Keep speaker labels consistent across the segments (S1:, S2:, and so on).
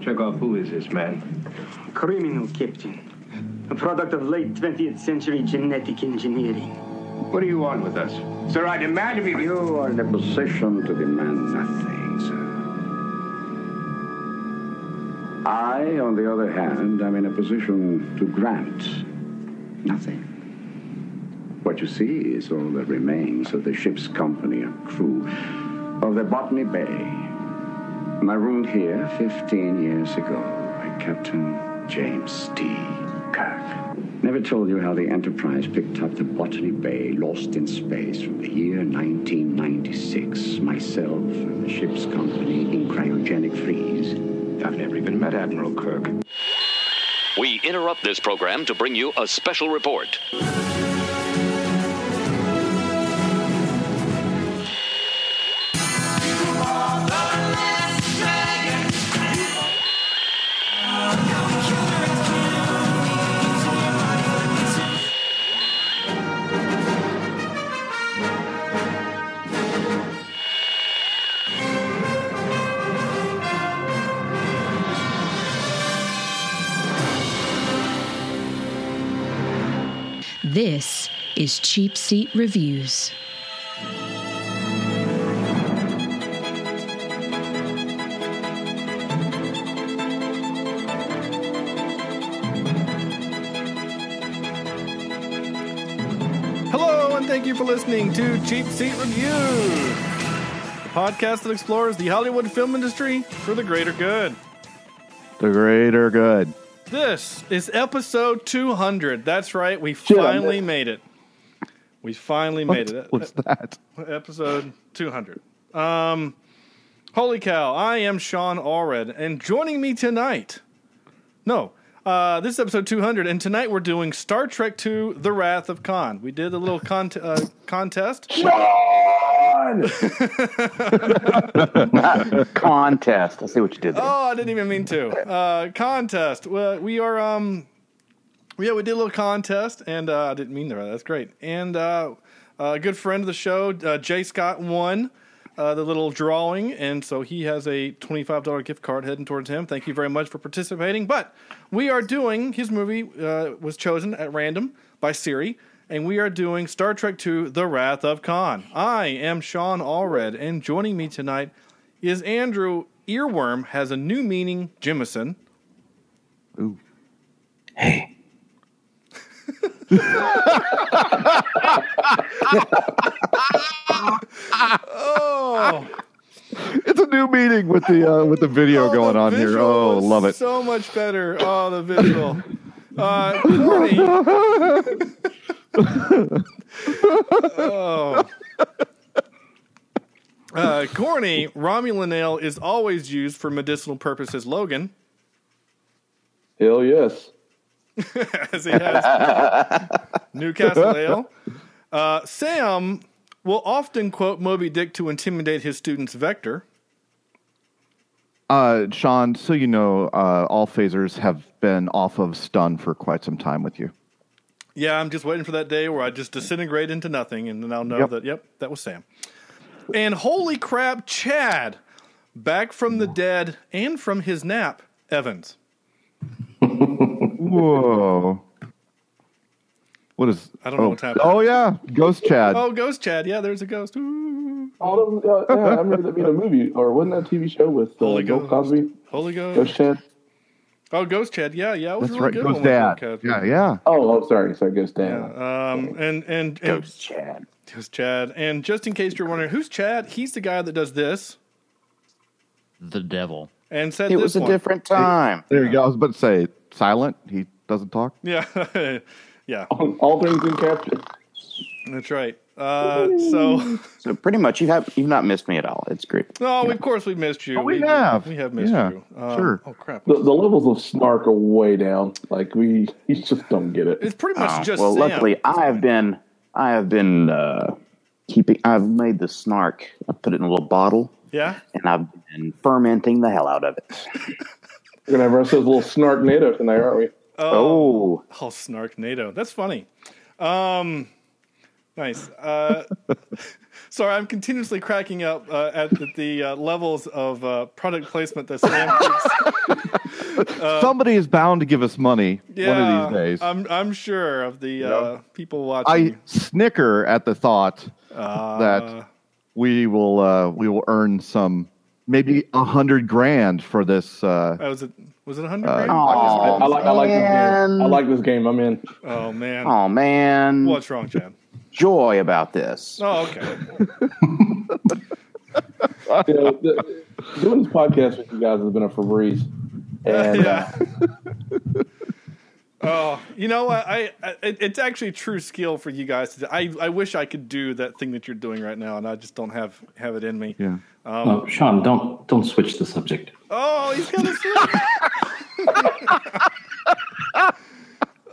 S1: Chekhov, who is this man?
S2: Criminal, Captain. A product of late 20th century genetic engineering.
S1: What do you want with us? Sir, I demand of you.
S3: You are in a position to demand nothing, sir. I, on the other hand, am in a position to grant nothing. What you see is all that remains of the ship's company and crew of the Botany Bay. Marooned here 15 years ago by Captain James T. Kirk. Never told you how the Enterprise picked up the Botany Bay lost in space from the year 1996. Myself and the ship's company in cryogenic freeze.
S1: I've never even met Admiral Kirk.
S4: We interrupt this program to bring you a special report.
S5: This is Cheap Seat Reviews.
S6: Hello, and thank you for listening to Cheap Seat Review, the podcast that explores the Hollywood film industry for the greater good.
S7: The greater good.
S6: This is episode 200. That's right, we finally made it. We finally made it.
S7: What's that?
S6: Episode 200. Um, holy cow, I am Sean Allred, and joining me tonight. No, uh, this is episode 200, and tonight we're doing Star Trek II The Wrath of Khan. We did a little con- uh, contest.
S8: contest. I see what you did there.
S6: Oh, I didn't even mean to. Uh, contest. Well, we are. Um, yeah, we did a little contest, and uh, I didn't mean to. That's great. And uh, a good friend of the show, uh, Jay Scott, won uh, the little drawing, and so he has a twenty-five dollar gift card heading towards him. Thank you very much for participating. But we are doing his movie uh, was chosen at random by Siri. And we are doing Star Trek II The Wrath of Khan. I am Sean Allred, and joining me tonight is Andrew Earworm has a new meaning, Jimison.
S7: Ooh.
S8: Hey,
S6: Oh,
S7: It's a new meeting with the uh, with the video going
S6: the
S7: on here.
S6: visual
S7: Oh,
S6: was
S7: love it.
S6: So much better. Oh, the visual. Uh, Courtney. oh. Uh, Corny Romulan ale is always used for medicinal purposes. Logan,
S9: Hell yes.
S6: as he has Newcastle ale. Uh, Sam will often quote Moby Dick to intimidate his students. Vector.
S7: Uh, Sean, so you know, uh, all phasers have been off of stun for quite some time with you.
S6: Yeah, I'm just waiting for that day where I just disintegrate into nothing, and then I'll know
S7: Yep.
S6: that, yep, that was Sam. And holy crap, Chad, back from the dead and from his nap, Evans.
S7: Whoa. What is?
S6: I don't know
S7: oh.
S6: what's happening.
S7: Oh yeah, Ghost Chad.
S6: Oh, ghost Chad. Yeah, there's a ghost. Ooh.
S9: All of, uh, yeah, I remember that being a movie, or wasn't that a TV show with uh,
S6: Holy
S9: Bill
S6: Ghost.
S9: Cosby?
S6: Holy ghost.
S9: Ghost Chad?
S6: Oh, ghost Chad. Yeah, yeah. It was
S7: That's
S6: a really
S7: right,
S6: good
S7: Ghost
S6: one with
S7: Dad.
S6: Ghost
S7: Yeah,
S6: Chad.
S7: yeah.
S9: Oh, oh, sorry, sorry, Ghost Dad.
S6: Um, and, and, and
S8: Ghost Chad.
S6: Ghost Chad. And just in case you're wondering, who's Chad? He's the guy that does this
S10: the devil.
S6: and said
S8: It
S6: this
S8: was a
S6: one.
S8: different time.
S7: There you go. I was about to say silent. He doesn't talk.
S6: Yeah, yeah.
S9: All things in capture.
S6: That's right. Uh, so.
S8: So pretty much, you have you've not missed me at all. It's great.
S6: No, of course we've missed you.
S7: Oh, we have.
S6: We have missed
S7: Yeah,
S6: you. Uh,
S7: sure.
S6: Oh crap.
S9: The, the levels of snark are way down. Like, we you just don't get it.
S6: It's pretty much
S7: Ah,
S8: Oh,
S6: just
S8: well,
S6: Sam.
S8: luckily, I have been I have been uh, keeping. I've made the snark. I put it in a little bottle,
S6: Yeah.
S8: and I've been fermenting the hell out of it.
S9: We're going to have ourselves a little snark NATO tonight, aren't we?
S8: Oh,
S6: Oh, snark NATO. That's funny. Um, Nice. Uh, sorry, I'm continuously cracking up uh, at the, the uh, levels of uh, product placement that Sam keeps
S7: Somebody is bound to give us money one of these days.
S6: Uh, I'm I'm sure of the uh, people
S7: I
S6: watching.
S7: snicker at the thought
S6: Uh,
S7: that we will uh, we will earn some maybe a hundred grand for this. Uh,
S6: that Oh, was it. Was it a hundred?
S7: Uh,
S6: grand?
S9: I, I like I like this game. I like this game. I'm in.
S6: oh man.
S8: Oh man,
S6: What's wrong, Chad?
S8: joy about this?
S6: Oh okay.
S9: You know, the, doing this podcast with you guys has been a breeze. And
S7: uh,
S9: uh,
S6: yeah. oh, you know what? I, I it- it's actually true skill for you guys. To do. I I wish I could do that thing that you're doing right now, and I just don't have have it in me.
S7: yeah.
S11: Oh, Sean, don't don't switch the subject.
S6: Oh, he's gonna switch.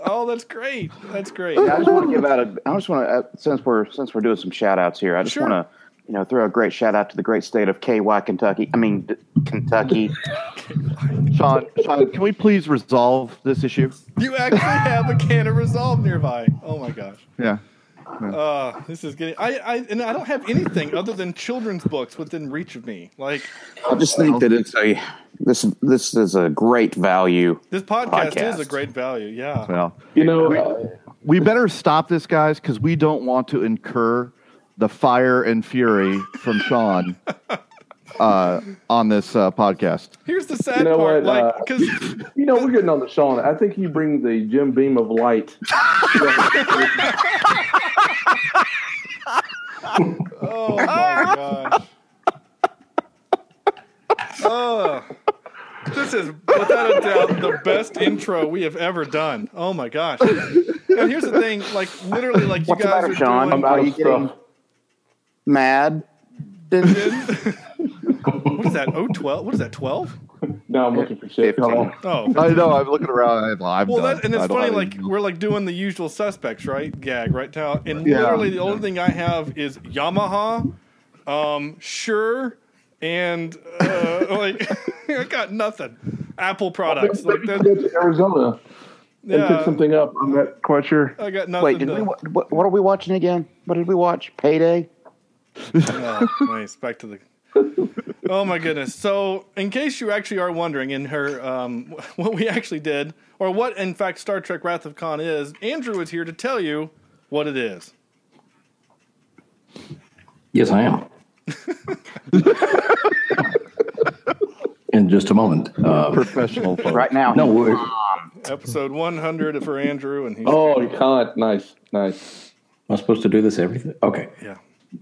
S6: oh, that's great. That's great.
S8: Yeah, I just want to give out a. I just want to uh, since we're since we're doing some shout outs here. I just
S6: Sure.
S8: want to you know throw a great shout out to the great state of KY Kentucky. I mean D- Kentucky.
S7: Sean, Sean, can we please resolve this issue?
S6: You actually have a can of resolve nearby. Oh my gosh.
S7: Yeah.
S6: Uh, this is getting. I, I and I don't have anything other than children's books within reach of me. Like
S8: I just think that it's a this this is a great value.
S6: this podcast,
S8: Podcast.
S6: is a great value. Yeah.
S7: Well,
S9: you know, uh,
S7: we better stop this, guys, because we don't want to incur the fire and fury from Sean uh, on this uh, podcast.
S6: Here's the sad
S9: You know
S6: part.
S9: what,
S6: like,
S9: uh,
S6: because
S9: you know, we're getting on the Sean. I think you bring the Jim Beam of light.
S6: oh my gosh. Oh, this is without a doubt the best intro we have ever done. Oh my gosh. And here's the thing. Like literally, like you
S8: What's the
S6: guys
S8: matter,
S6: are
S8: Sean?
S6: doing.
S8: Are you getting mad? Didn't-
S6: what is that? Oh, 12? What is that? Twelve?
S9: No, I'm looking for shit. Come on.
S6: Oh,
S7: I know. I'm looking around. I'm, I'm
S6: Well,
S7: done.
S6: that, and it's
S7: I don't
S6: funny,
S7: have
S6: like
S7: any-
S6: we're like doing the usual suspects, right? Gag right now, and
S7: Yeah.
S6: literally the only thing I have is Yamaha, um, sure, and uh, like I got nothing. Apple products, like
S9: Go
S6: that,
S9: to Arizona and
S6: yeah,
S9: pick something up. I'm not quite sure.
S6: I got nothing.
S8: Wait, did
S6: to-
S8: we wa- what, what are we watching again? What did we watch? Payday.
S6: Oh, nice. Back to the. Oh my goodness. So, in case you actually are wondering, in her um, what we actually did, or what in fact Star Trek: Wrath of Khan is, Andrew is here to tell you what it is.
S11: Yes, I am. In just a moment. Uh,
S7: professional. folks.
S8: Right now,
S11: no, we're,
S6: Episode 100 for Andrew, and he's
S9: Oh, you can't. Nice, nice.
S11: am I supposed to do this everything? Okay.
S6: yeah.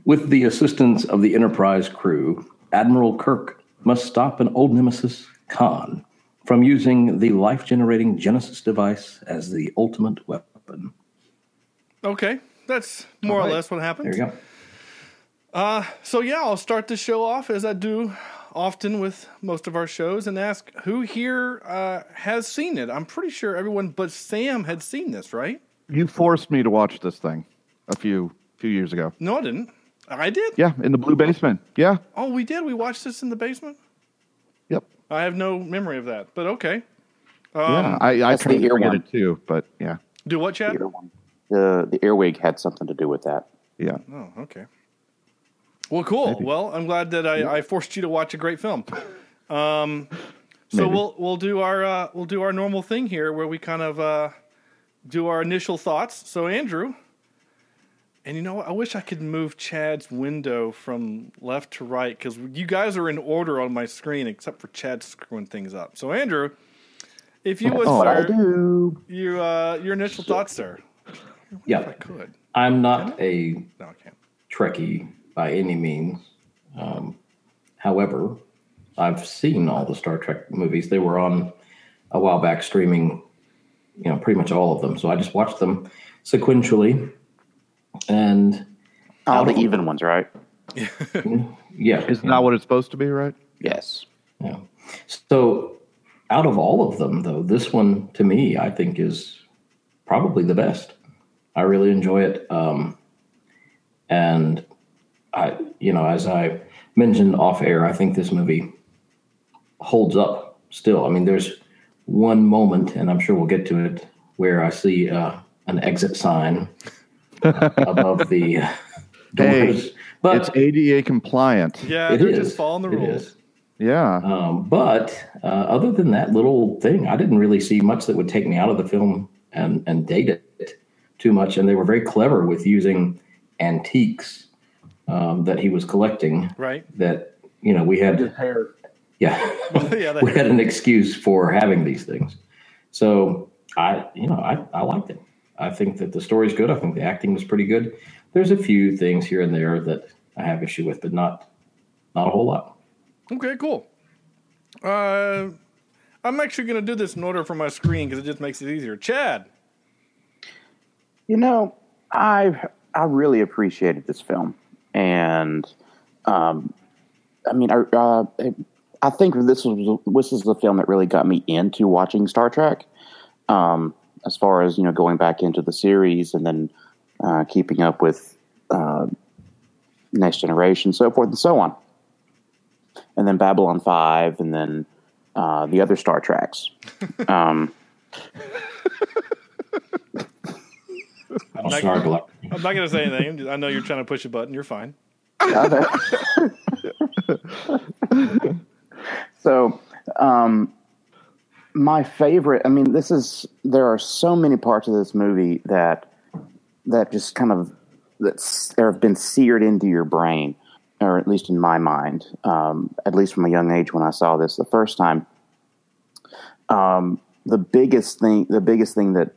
S11: With the assistance of the Enterprise crew, Admiral Kirk must stop an old nemesis, Khan, from using the life generating Genesis device as the ultimate weapon.
S6: Okay, that's more or
S11: Alright.
S6: less what
S11: There
S6: happens.
S11: you go.
S6: So yeah, I'll start the show off as I do often with most of our shows, and ask who here uh, has seen it. I'm pretty sure everyone but Sam had seen this, right?
S7: You forced me to watch this thing a few few years ago.
S6: No, I didn't. I did.
S7: Yeah, in the blue basement. Yeah.
S6: Oh, we did. We watched this in the basement.
S7: Yep.
S6: I have no memory of that, but okay. Um,
S7: yeah. I, I
S8: that's the
S7: tried to forget
S8: earworm.
S7: it too, but yeah.
S6: Do what, Chad?
S8: The the earwig had something to do with that.
S7: Yeah.
S6: Oh, okay. Well, cool. Well, I'm glad that I, I forced you to watch a great film. Um, so
S7: Maybe.
S6: we'll we'll do our uh, we'll do our normal thing here, where we kind of uh, do our initial thoughts. So Andrew, and you know, what? I wish I could move Chad's window from left to right because you guys are in order on my screen, except for Chad screwing things up. So Andrew, if
S11: Oh,
S6: you would,
S8: What I
S6: sir,
S8: do?
S6: you uh, your initial thoughts, sir. If I
S11: Yeah.
S6: could,
S11: I'm not a
S6: no, I can't.
S11: Trekkie by any means. Um, however, I've seen all the Star Trek movies. They were on a while back streaming, you know, pretty much all of them. So I just watched them sequentially. And
S8: All Oh, the even ones, right?
S11: yeah.
S7: Isn't that what it's supposed to be, right?
S8: Yes.
S11: Yeah. So out of all of them, though, this one to me, I think is probably the best. I really enjoy it. Um, and I, you know, as I mentioned off air, I think this movie holds up still. I mean, there's one moment, and I'm sure we'll get to it, where I see uh, an exit sign above the doors.
S7: Hey, it's ADA compliant.
S6: Yeah, they're just following the
S11: It
S6: rules.
S11: is.
S7: Yeah.
S11: Um, but uh, other than that little thing, I didn't really see much that would take me out of the film and, and date it too much. And they were very clever with using antiques um, that he was collecting.
S6: Right.
S11: That you know we had
S9: hair.
S11: yeah
S6: yeah,
S11: we had an excuse for having these things. So I, you know, I, I liked it. I think that the story's good. I think the acting was pretty good. There's a few things here and there that I have issue with, but not not a whole lot.
S6: Okay, cool. Uh, I'm actually going to do this in order for my screen because it just makes it easier. Chad,
S8: You know, I I really appreciated this film, and um, I mean, I uh, I think this was this is the film that really got me into watching Star Trek. Um, as far as you know, going back into the series and then uh, keeping up with uh, Next Generation, so forth and so on, and then Babylon Five, and then uh, the other Star Treks. Um,
S11: I'm not gonna-
S6: I'm not going to say anything. I'm just- I know you're trying to push a button. You're fine.
S8: so um my favorite i mean this is there are so many parts of this movie that that just kind of that's there have been seared into your brain or at least in my mind um at least from a young age when i saw this the first time um the biggest thing the biggest thing that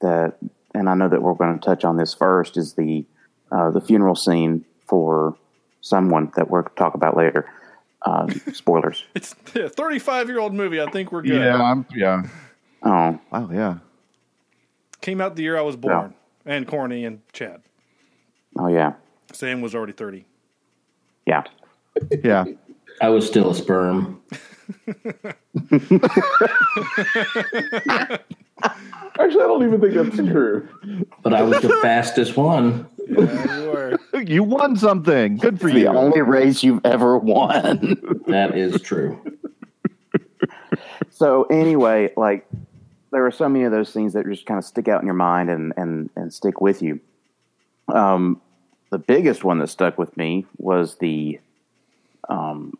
S8: that and i know that we're going to touch on this first is the uh the funeral scene for someone that we'll talk about later um spoilers
S6: It's a 35 year old movie. I think we're good.
S7: Yeah, I'm, yeah.
S8: Oh.
S7: Wow, yeah.
S6: Came out the year I was born. And Corny and Chad.
S8: Oh yeah.
S6: Sam was already 30.
S8: Yeah.
S7: Yeah.
S11: I was still a sperm.
S9: Actually, I don't even think that's true.
S11: But I was the fastest one.
S7: you won something. Good for
S8: the
S7: you.
S8: only race you've ever won.
S11: That is true.
S8: so anyway, like there are so many of those things that just kind of stick out in your mind and and and stick with you. Um, the biggest one that stuck with me was the um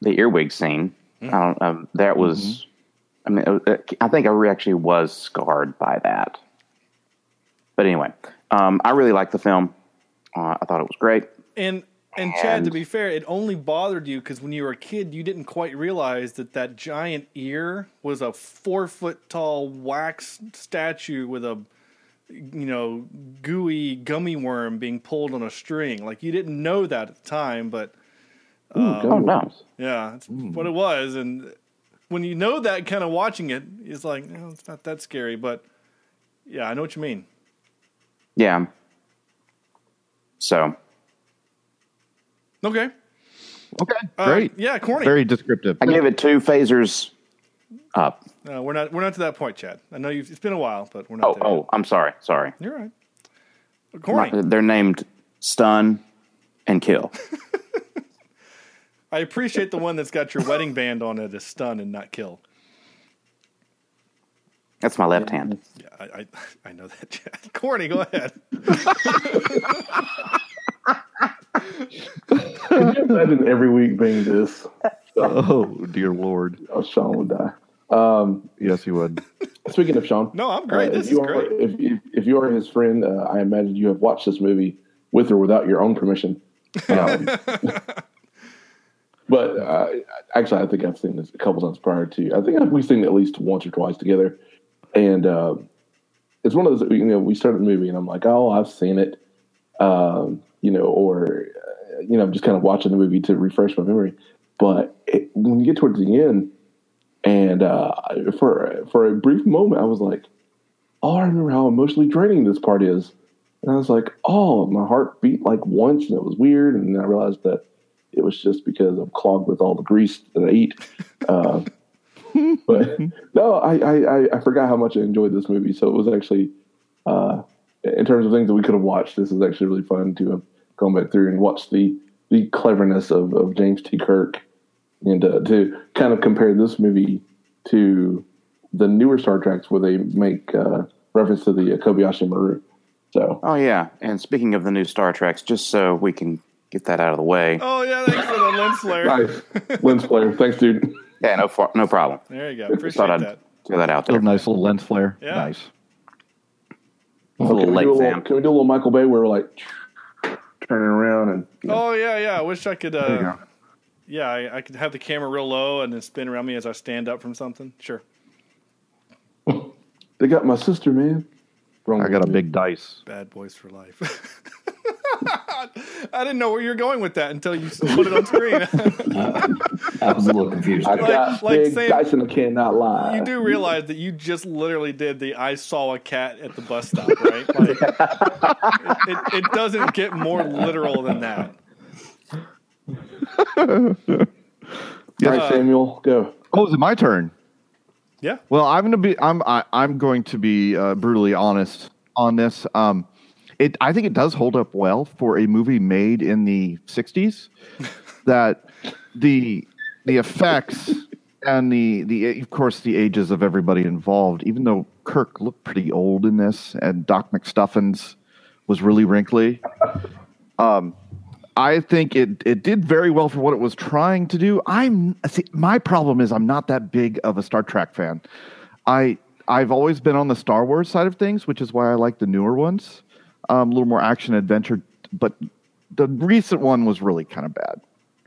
S8: the earwig scene. I don't, um, that was. I mean, it- it- I think I re- actually was scarred by that. But anyway, um, I really liked the film. Uh, I thought it was great.
S6: And and Chad, to
S8: And-
S6: be fair, it only bothered you because when you were a kid, you didn't quite realize that that giant ear was a four foot tall wax statue with a you know gooey gummy worm being pulled on a string. Like you didn't know that at the time, but uh,
S8: oh no!
S6: yeah, it's
S8: Hmm.
S6: what it was. And when you know that, kind of watching it, it's like no, it's not that scary. But yeah, I know what you mean.
S8: Yeah. So
S6: Okay,
S7: Okay,
S6: Uh,
S7: great.
S6: yeah, corny.
S7: Very descriptive.
S8: I gave it two phasers up.
S6: Uh, we're not we're not to that point, Chad. I know you've, it's been a while, but uh, we're not.
S8: Oh,
S6: there.
S8: oh, I'm sorry, sorry.
S6: You're right. Corny.
S8: My- they're named stun and kill.
S6: I appreciate the one that's got your wedding band on it is stun and not kill.
S8: That's my left hand.
S6: Yeah, I I, I know that, Chad. Corny, go ahead.
S9: Can you imagine every week being this?
S7: Oh, dear Lord.
S9: Oh, Sean would die. Um,
S7: Yes, you would.
S9: speaking of Sean,
S6: No, I'm great.
S9: uh,
S6: this
S9: if
S6: is
S9: you
S6: great.
S9: are, If, if, if you are his friend, uh, I imagine you have watched this movie with or without your own permission. Um, but uh, actually, I think I've seen this a couple times prior to. I think we've seen it at least once or twice together, and uh, it's one of those. You know, we started the movie, and I'm like, "Oh, I've seen it," um, you know, or uh, you know, I'm just kind of watching the movie to refresh my memory. But it, when you get towards the end, and uh, for for a brief moment, I was like, "Oh, I remember how emotionally draining this part is." And I was like, "Oh, my heart beat like once, and it was weird." And then I realized that it was just because I'm clogged with all the grease that I eat. Uh, but no, I, I I- I forgot how much I enjoyed this movie. So it was actually, uh, in terms of things that we could have watched, this is actually really fun to have gone back through and watched the the cleverness of, of James T. Kirk and uh, to kind of compare this movie to the newer Star Treks where they make uh, reference to the uh, Kobayashi Maru So.
S8: Oh yeah, and speaking of the new Star Treks, just so we can get that out of the way.
S6: Oh yeah, thanks for the lens flare.
S9: Nice. lens flare. Thanks, dude.
S8: Yeah, no, far, no problem.
S6: There you go.
S8: Just thought
S6: Appreciate
S8: I'd
S6: that.
S8: throw that out there.
S7: A nice little lens flare.
S6: Yeah.
S7: Nice.
S8: A little
S9: can, we
S8: late,
S9: do a little,
S8: Sam.
S9: can we do a little Michael Bay where we're like turning around and
S6: Oh yeah, yeah. I wish I could.
S9: There you
S6: Uh,
S9: go.
S6: yeah, I, I could have the camera real low and then spin around me as I stand up from something. Sure.
S9: they got my sister, man? Wrong
S7: I got a
S9: movie.
S7: big dice.
S6: Bad boys for life. I didn't know where you were going with that until you put it on screen.
S11: I was a little confused.
S9: I
S6: like-
S9: got
S6: like
S9: big
S6: Sam-
S9: dice and I cannot lie.
S6: you do realize that you just literally did the "I saw a cat at the bus stop," right? Like, it, it doesn't get more literal than that.
S9: All
S6: uh,
S9: right, Samuel, go.
S7: Oh, is it my turn?
S6: Yeah.
S7: Well, I'm gonna be. I'm. I, I'm going to be uh, brutally honest on this. Um, it. I think it does hold up well for a movie made in the '60s. that the the effects and the the of course the ages of everybody involved. Even though Kirk looked pretty old in this, and Doc McStuffins was really wrinkly. I think it it did very well for what it was trying to do. I'm see, my problem is I'm not that big of a Star Trek fan. I I've always been on the Star Wars side of things, which is why I like the newer ones, um, a little more action adventure. But the recent one was really kind of bad.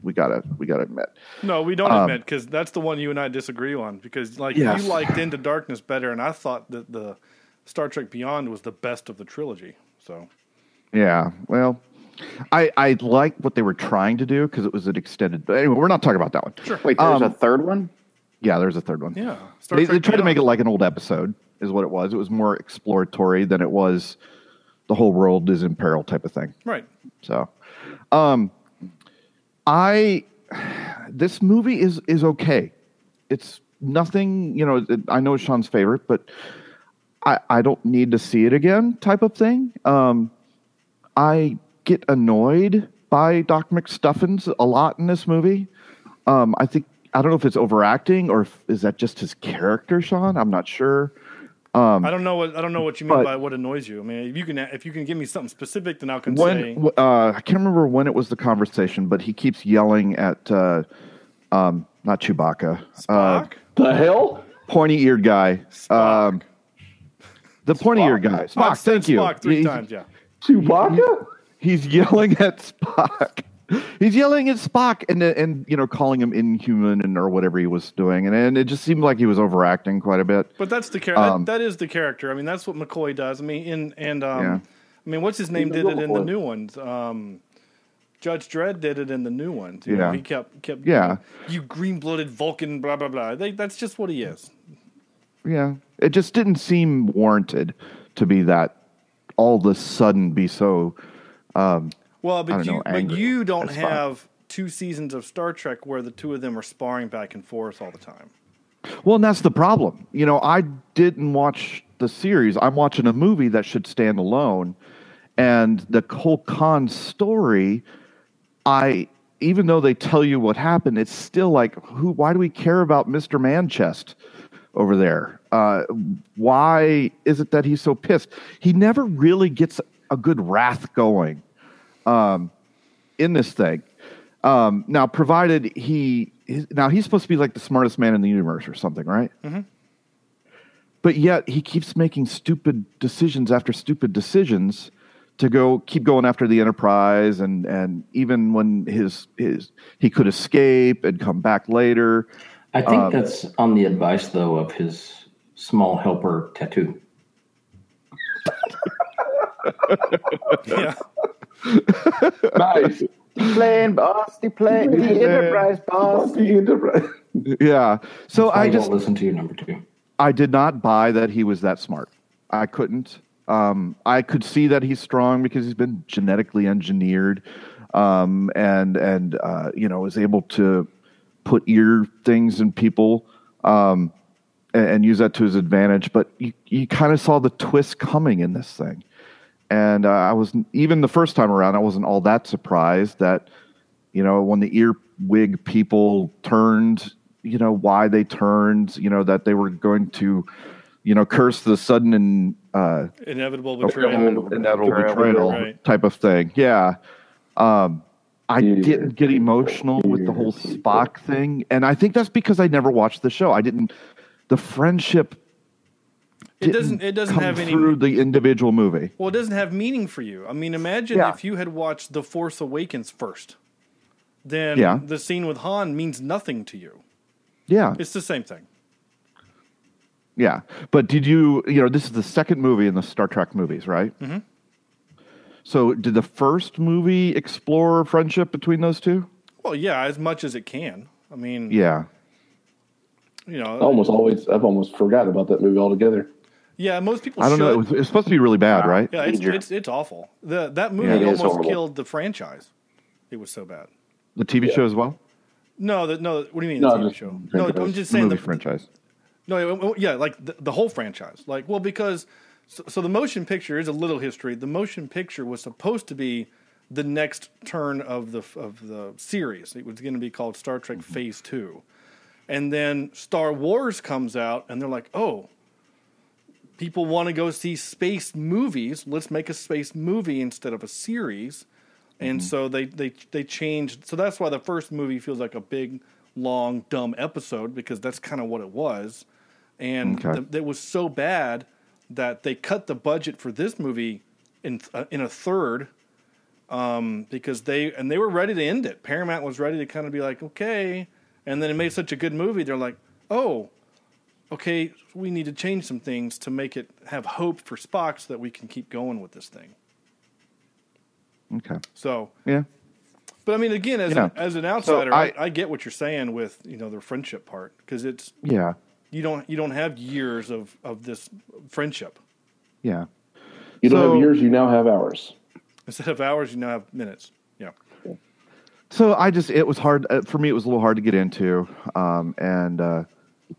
S7: We gotta we gotta admit.
S6: No, we don't admit because that's the one you and I disagree on. Because like
S7: Um, Yes.
S6: you liked Into Darkness better, and I thought that the Star Trek Beyond was the best of the trilogy. So
S7: Yeah, well, I I like what they were trying to do because it was an extended. But anyway, we're not talking about that one. Sure.
S8: Wait,
S6: Um,
S8: there's a third one.
S7: Yeah, there's a third one.
S6: yeah, Star
S7: They,
S6: Trek
S7: they tried to
S6: Beyond.
S7: make it like an old episode, is what it was. It was more exploratory than it was the whole world is in peril type of thing.
S6: right.
S7: So, um, I this movie is is okay. It's nothing, you know. It, I know it's Sean's favorite, but I I don't need to see it again, type of thing. Um, I get annoyed by Doc McStuffins a lot in this movie. Um, I think I don't know if it's overacting or if, is that just his character, Sean. I'm not sure.
S6: I don't know what I don't know what you mean
S7: Um, but-
S6: by what annoys you. I mean, if you can if you can give me something specific, then I can say
S7: when uh, I can't remember when it was the conversation, but he keeps yelling at uh, um, not Chewbacca, uh,
S6: Spock.
S9: The hell?
S7: pointy-eared guy, um, the pointy-eared guy. Spock,
S6: I've said
S7: thank you.
S6: Spock three
S7: He's-
S6: times. Yeah.
S9: Chewbacca?
S7: He's yelling at Spock. He's yelling at Spock and uh, and you know calling him inhuman and or whatever he was doing, and and it just seemed like he was overacting quite a bit.
S6: But that's the character.
S7: Um,
S6: that, that is the character. I mean, that's what McCoy does. I mean, in and um,
S7: Yeah.
S6: I mean, what's his name
S9: He's a
S6: did
S9: real
S6: it in the
S9: McCoy.
S6: new ones. Um, Judge Dredd did it in the new ones. You know,
S7: Yeah.
S6: he kept kept
S7: Yeah.
S6: You green blooded Vulcan, blah blah blah. They, that's just what he is.
S7: Yeah, it just didn't seem warranted to be that all of a sudden be so. um,
S6: Well,
S7: I
S6: but
S7: don't
S6: you
S7: know,
S6: but
S7: angry
S6: you don't
S7: at Spock.
S6: have two seasons of Star Trek where the two of them are sparring back and forth all the time.
S7: Well, and that's the problem. You know, I didn't watch the series. I'm watching a movie that should stand alone. And the whole Khan story, I even though they tell you what happened, it's still like who why do we care about Mr. Manchest over there? Uh, why is it that he's so pissed? He never really gets a good wrath going um, in this thing. Um, now, provided he his, now he's supposed to be like the smartest man in the universe or something, right? But yet he keeps making stupid decisions after stupid decisions to go keep going after the Enterprise, and and even when his his he could escape and come back later.
S11: I
S7: Uh,
S11: think that's on the advice, though, of his small helper tattoo.
S6: Yeah.
S9: Nice.
S8: Plane, boss, the plane, the Enterprise, boss.
S9: That's the end of it.
S7: Yeah, so I
S11: Probably
S7: just
S11: won't listen to you, number two.
S7: I did not buy that he was that smart. I couldn't. Um, I could see that he's strong because he's been genetically engineered, um, and and uh, you know is able to put ear things in people um, and, and use that to his advantage. But you you kind of saw the twist coming in this thing, and uh, I was even the first time around I wasn't all that surprised that you know when the earwig people turned you know why they turned you know that they were going to you know curse the sudden and uh,
S6: Inevitable
S7: a-
S6: betrayal.
S7: inevitable,
S6: Betrayal,
S7: betrayal
S6: right.
S7: type of thing. Yeah. Um, I didn't get emotional with the whole Spock thing, and I think that's because I never watched the show. I didn't. The friendship
S6: It doesn't. It doesn't
S7: come
S6: have any.
S7: through the individual movie.
S6: Well, it doesn't have meaning for you. I mean, imagine
S7: Yeah.
S6: if you had watched The Force Awakens first, then
S7: Yeah.
S6: the scene with Han means nothing to you.
S7: Yeah,
S6: It's the same thing.
S7: yeah. But did you? You know, this is the second movie in the Star Trek movies, right?
S6: Mm-hmm.
S7: So, did the first movie explore friendship between those two?
S6: Well, yeah, as much as it can. I mean,
S7: Yeah. Oh.
S6: you know,
S9: I almost always I've almost forgotten about that movie altogether.
S6: yeah, most people.
S7: I don't
S6: should.
S7: know. It was, it was supposed to be really bad, right?
S6: Yeah, it's, it's it's awful. The that
S7: Yeah,
S6: movie
S7: it is
S6: almost
S7: horrible.
S6: killed the franchise. It was so bad.
S7: the TV show as well.
S6: No, the, no. What do you mean?
S7: No,
S6: the TV
S7: just
S6: show. No,
S7: franchise.
S6: I'm just saying
S7: movie
S6: the
S7: franchise.
S6: No, yeah, like the, the whole franchise. Like, well, because so, so the motion picture is a little history. The motion picture was supposed to be the next turn of the of the series. It was going to be called Star Trek Phase Two, and then Star Wars comes out, and they're like, oh, people want to go see space movies. Let's make a space movie instead of a series. And so they, they they changed. So that's why the first movie feels like a big, long, dumb episode because that's kind of what it was. And
S7: Okay.
S6: th- it was so bad that they cut the budget for this movie in uh, in a third um, because they and they were ready to end it. Paramount was ready to kind of be like, okay. And then it made such a good movie. They're like, oh, okay, we need to change some things to make it have hope for Spock so that we can keep going with this thing.
S7: Okay.
S6: So,
S7: Yeah.
S6: but I mean, again, as,
S7: Yeah.
S6: an, as an
S7: So
S6: outsider, I,
S7: I-
S6: I get what you're saying with, you know, the friendship part because it's,
S7: Yeah.
S6: you don't, you don't have years of, of this friendship.
S7: Yeah.
S9: You don't
S7: So-
S9: have years, you now have hours.
S6: Instead of hours, you now have minutes. Yeah.
S7: So I just it was hard uh, for me. It was a little hard to get into, um, and uh,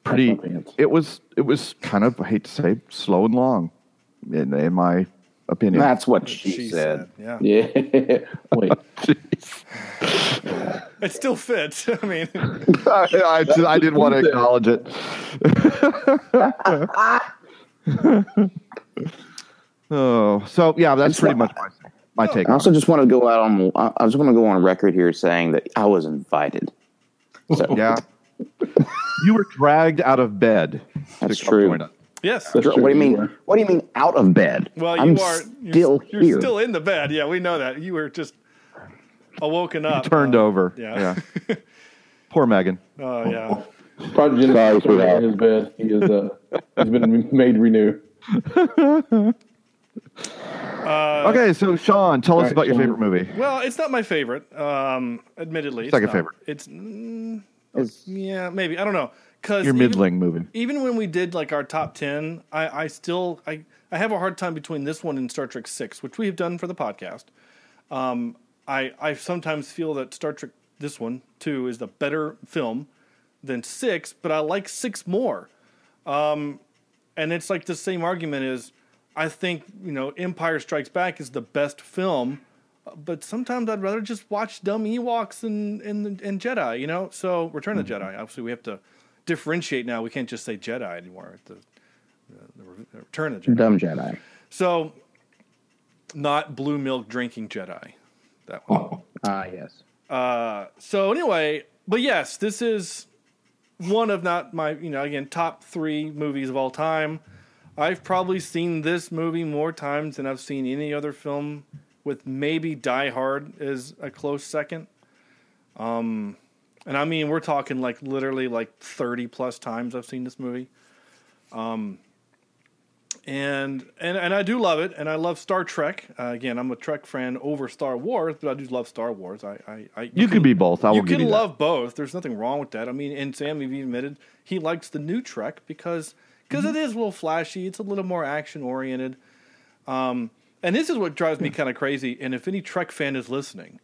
S7: pretty. It was it was kind of I hate to say slow and long, in, in my opinion.
S8: That's what she, said.
S6: Yeah.
S9: Yeah. Wait.
S6: It still fits. I mean,
S7: I, I, just- I didn't want to acknowledge it. oh, so yeah, that's pretty much my, my take.
S8: I
S7: on
S8: also
S7: it.
S8: just want to go out on. I I just want to go on record here saying that I was invited. So
S7: yeah, you were dragged out of bed.
S8: that's true.
S6: yes.
S8: What do you mean? What do you mean out of bed?
S6: Well, you
S8: I'm
S6: are you're,
S8: still
S6: you're
S8: here.
S6: still in the bed. Yeah, we know that. You were just awoken up.
S7: Turned over.
S6: yeah.
S7: yeah. Poor Megan.
S6: Oh yeah.
S9: Project Genesis is in his bed. He is uh, he's been made renew.
S7: okay, so Sean, tell us about your favorite movie.
S6: Well, it's not my favorite. Um, admittedly, it's
S7: Second
S6: not.
S7: favorite.
S6: It's, mm, yeah, maybe I don't know. Cause
S7: Your
S6: even-
S7: middling movie.
S6: Even when we did like our top ten, I, I still I, I have a hard time between this one and Star Trek Six, which we have done for the podcast. Um, I I sometimes feel that Star Trek this one too is the better film than Six, but I like Six more. Um, and it's like the same argument is I think you know Empire Strikes Back is the best film, but sometimes I'd rather just watch dumb Ewoks and and, and Jedi, you know. So Return of the
S8: Mm-hmm.
S6: Jedi. Obviously, we have to differentiate now. We can't just say Jedi anymore. The, the, the Return of the Jedi.
S8: Dumb Jedi.
S6: So, not blue milk drinking Jedi. That
S11: one.
S8: Ah, yes.
S6: Uh, so anyway, but yes, this is one of not my you know again top three movies of all time. I've probably seen this movie more times than I've seen any other film, with maybe Die Hard is a close second. Um, and I mean we're talking like literally like thirty plus times I've seen this movie. Um, and and and I do love it, and I love Star Trek. Uh, again, I'm a Trek fan over Star Wars, but I do love Star Wars. I, I, I
S7: You could be both. I will
S6: you
S7: give
S6: can
S7: you that.
S6: love both. There's nothing wrong with that. I mean, and Sam even admitted he likes the new Trek because because
S7: Mm-hmm.
S6: it is a little flashy. It's a little more action oriented. Um, and this is what drives me kind of crazy. And if any Trek fan is listening,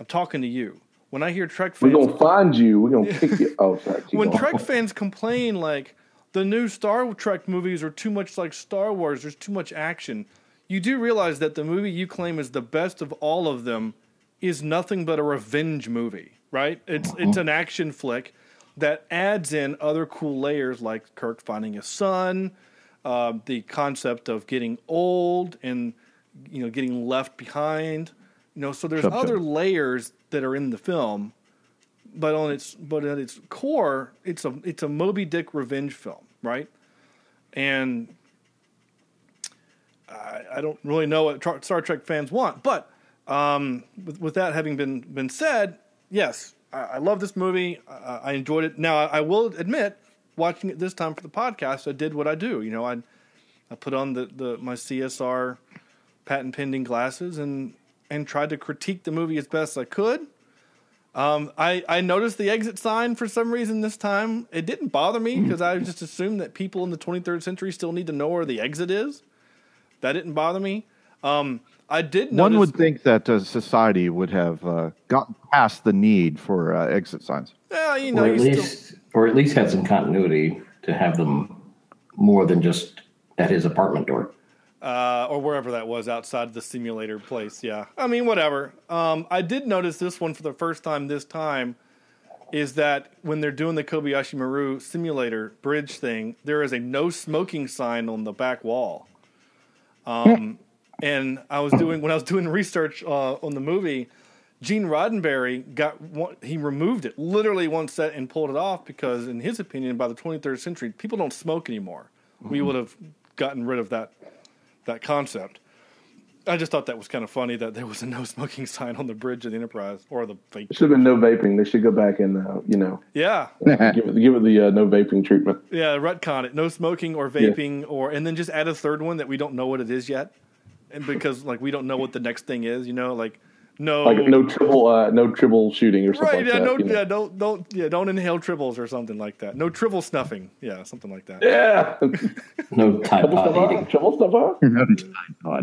S6: I'm talking to you. When I hear Trek
S9: We're
S6: fans,
S9: gonna find you. We're gonna kick you. Oh, sorry. keep
S6: when
S9: going.
S6: Trek fans complain like the new Star Trek movies are too much like Star Wars, there's too much action. You do realize that the movie you claim is the best of all of them is nothing but a revenge movie, right? It's it's an action flick that adds in other cool layers like Kirk finding his son, uh, the concept of getting old and you know getting left behind. You know, so there's
S7: Chub chub.
S6: other layers that are in the film, but on its but at its core, it's a it's a Moby Dick revenge film, right? And I, I don't really know what Tr- Star Trek fans want, but um, with, with that having been been said, yes, I, I love this movie. I, I enjoyed it. Now, I, I will admit, watching it this time for the podcast, I did what I do. You know, I I put on the, the my CSR patent pending glasses and and tried to critique the movie as best I could. Um, I, I noticed the exit sign for some reason this time. It didn't bother me because I just assumed that people in the 23rd century still need to know where the exit is. That didn't bother me. Um, I did notice
S7: One would think that uh, society would have uh, gotten past the need for uh, exit signs.
S6: Well, you know,
S11: or at
S6: you still,
S11: least, or at least had some continuity to have them more than just at his apartment door.
S6: uh, or wherever that was outside the simulator place. Yeah, I mean, whatever. Um, I did notice this one for the first time. This time is that when they're doing the Kobayashi Maru simulator bridge thing, there is a no smoking sign on the back wall. Um, and I was doing when I was doing research uh, on the movie, Gene Roddenberry got one, he removed it literally one set and pulled it off because, in his opinion, by the 23rd century, people don't smoke anymore. We would have gotten rid of that that concept. I just thought that was kind of funny that there was a no smoking sign on the bridge of the Enterprise or the fake.
S9: Should have been no vaping. They should go back and uh, you know
S6: Yeah,
S9: give it, give it the uh, no vaping treatment.
S6: yeah, retcon it. No smoking or vaping or, and then just add a third one that we don't know what it is yet, and because like we don't know what the next thing is, you know, like no,
S9: Like no triple, uh, no triple shooting or something
S6: right?
S9: like
S6: yeah,
S9: that.
S6: no,
S9: you know?
S6: yeah, don't, don't, yeah, don't inhale tribbles or something like that. No tribble snuffing, yeah, something like that.
S9: Yeah.
S11: No type
S9: Trouble stuff,
S11: of
S9: huh?
S11: eating.
S9: Trouble stuff, huh?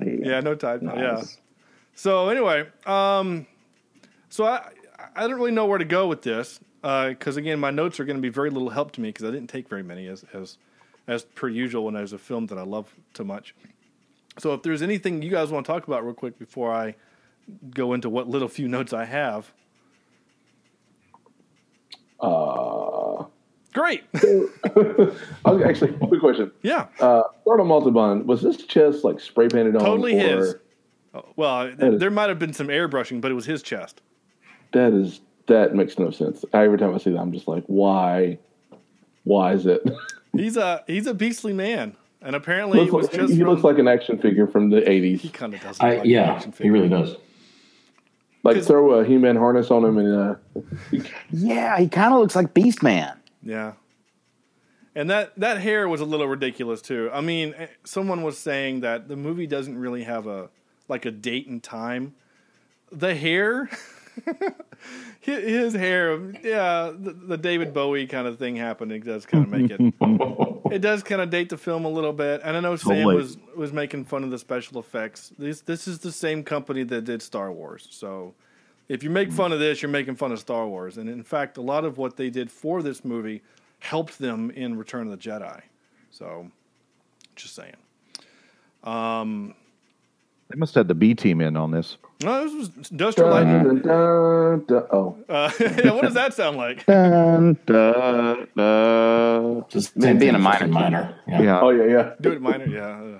S6: Yeah, no Tide Pod. Yeah. So anyway, um, so I I don't really know where to go with this because again, my notes are going to be very little help to me because I didn't take very many as as as per usual when there's a film that I love too much. So if there's anything you guys want to talk about real quick before I go into what little few notes I have,
S9: Uh,
S6: great.
S9: okay, actually, quick question.
S6: yeah,
S9: Uh, Arnold Montalban, was this chest like spray painted on?
S6: totally
S9: or-
S6: his. Oh, Well,
S9: That is-
S6: there might have been some airbrushing, but it was his chest.
S9: That is that makes no sense. Every time I see that, I'm just like, why? Why is it?
S6: He's a he's a beastly man, and apparently it was
S9: Looks like-
S6: just
S9: he
S6: from-
S9: looks like an action figure from the
S6: He
S9: 80s.
S6: kind of doesn't.
S11: I,
S6: like
S11: yeah,
S6: action
S11: he
S6: figures.
S11: really does.
S9: Like throw a He-Man harness on him and uh,
S8: Yeah, he kind of looks like Beast Man.
S6: Yeah. And that that hair was a little ridiculous too. I mean, eh, someone was saying that the movie doesn't really have a like a date and time. The hair, hi- his hair, yeah, the, the David Bowie kind of thing happened. It does kind of make it. it does kind of date the film a little bit. And I know Sam
S7: Totally.
S6: was was making fun of the special effects. This this is the same company that did Star Wars, so if you make fun of this, you're making fun of Star Wars. And in fact, a lot of what they did for this movie helped them in Return of the Jedi. So, just saying. Um,
S7: They must have the B team in on this.
S6: no, this was Industrial
S9: dun,
S6: Light.
S9: dun, dun, dun. oh,
S6: Uh, yeah, what does that sound like?
S11: Just
S8: Man, being a minor
S11: fucking minor. Yeah.
S7: Yeah.
S9: oh yeah, yeah.
S6: Do it minor, yeah,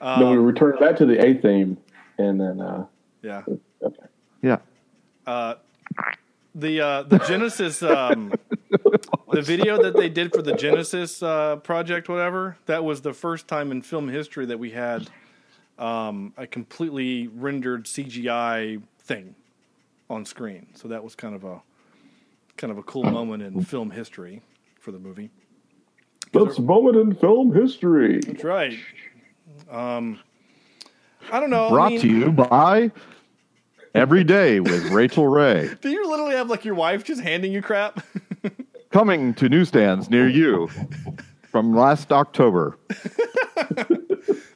S6: uh,
S9: then we
S6: um,
S9: return back to the A theme, and then uh,
S6: yeah.
S9: okay.
S7: Yeah.
S6: Uh, the uh, the Genesis um, the video that they did for the Genesis uh, project, whatever, that was the first time in film history that we had um, a completely rendered CGI thing on screen. So that was kind of a kind of a cool moment in film history for the movie.
S9: That's moment in film history.
S6: That's right. Um, I don't know. I
S7: Brought
S6: mean,
S7: to you by Every Day with Rachel Ray.
S6: Do you literally have like your wife just handing you crap?
S7: Coming to newsstands near you from last October.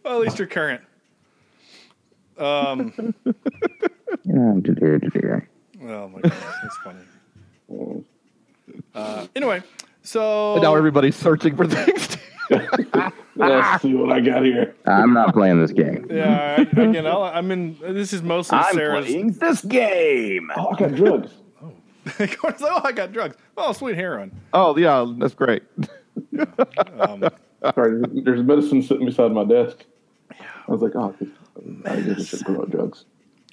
S6: well, at least you're current. Um, oh my gosh, that's funny. Uh, anyway, so
S9: Oh.
S7: And now everybody's searching for things. to-
S6: Ah!
S9: Let's see what I got here.
S8: I'm not playing this game.
S6: yeah, I- again, I'll, I'm in. This is mostly
S8: I'm
S6: Sarah's.
S8: playing this game.
S9: Oh, I got drugs.
S6: Court's like, oh, I got drugs. Oh, sweet heroin.
S7: oh, yeah, that's great.
S6: Um,
S9: Sorry, there's medicine sitting beside my desk. I was like, oh, I guess I should promote drugs.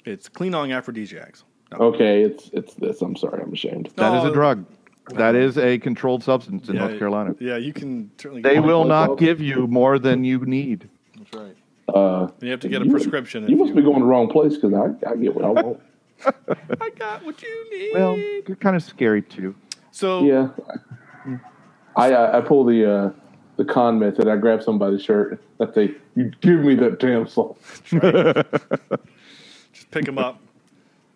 S6: It's Cleanong aphrodisiacs.
S9: Okay, it's it's this. I'm sorry, I'm ashamed.
S7: That is a drug. That is a controlled substance in
S6: Yeah,
S7: North Carolina.
S6: Yeah, you can certainly.
S7: They
S6: get-
S7: will not give you more than you need.
S6: That's right.
S9: Uh,
S6: You have to get a
S9: you-
S6: prescription.
S9: You must be going to the wrong place because I, I get what I want.
S6: I got what you need.
S7: Well, you're kind of scary too.
S6: So
S9: yeah, I I, I pull the uh, the con method. I grab somebody's shirt. I say, "You give me that damn salt."
S6: Just pick them up.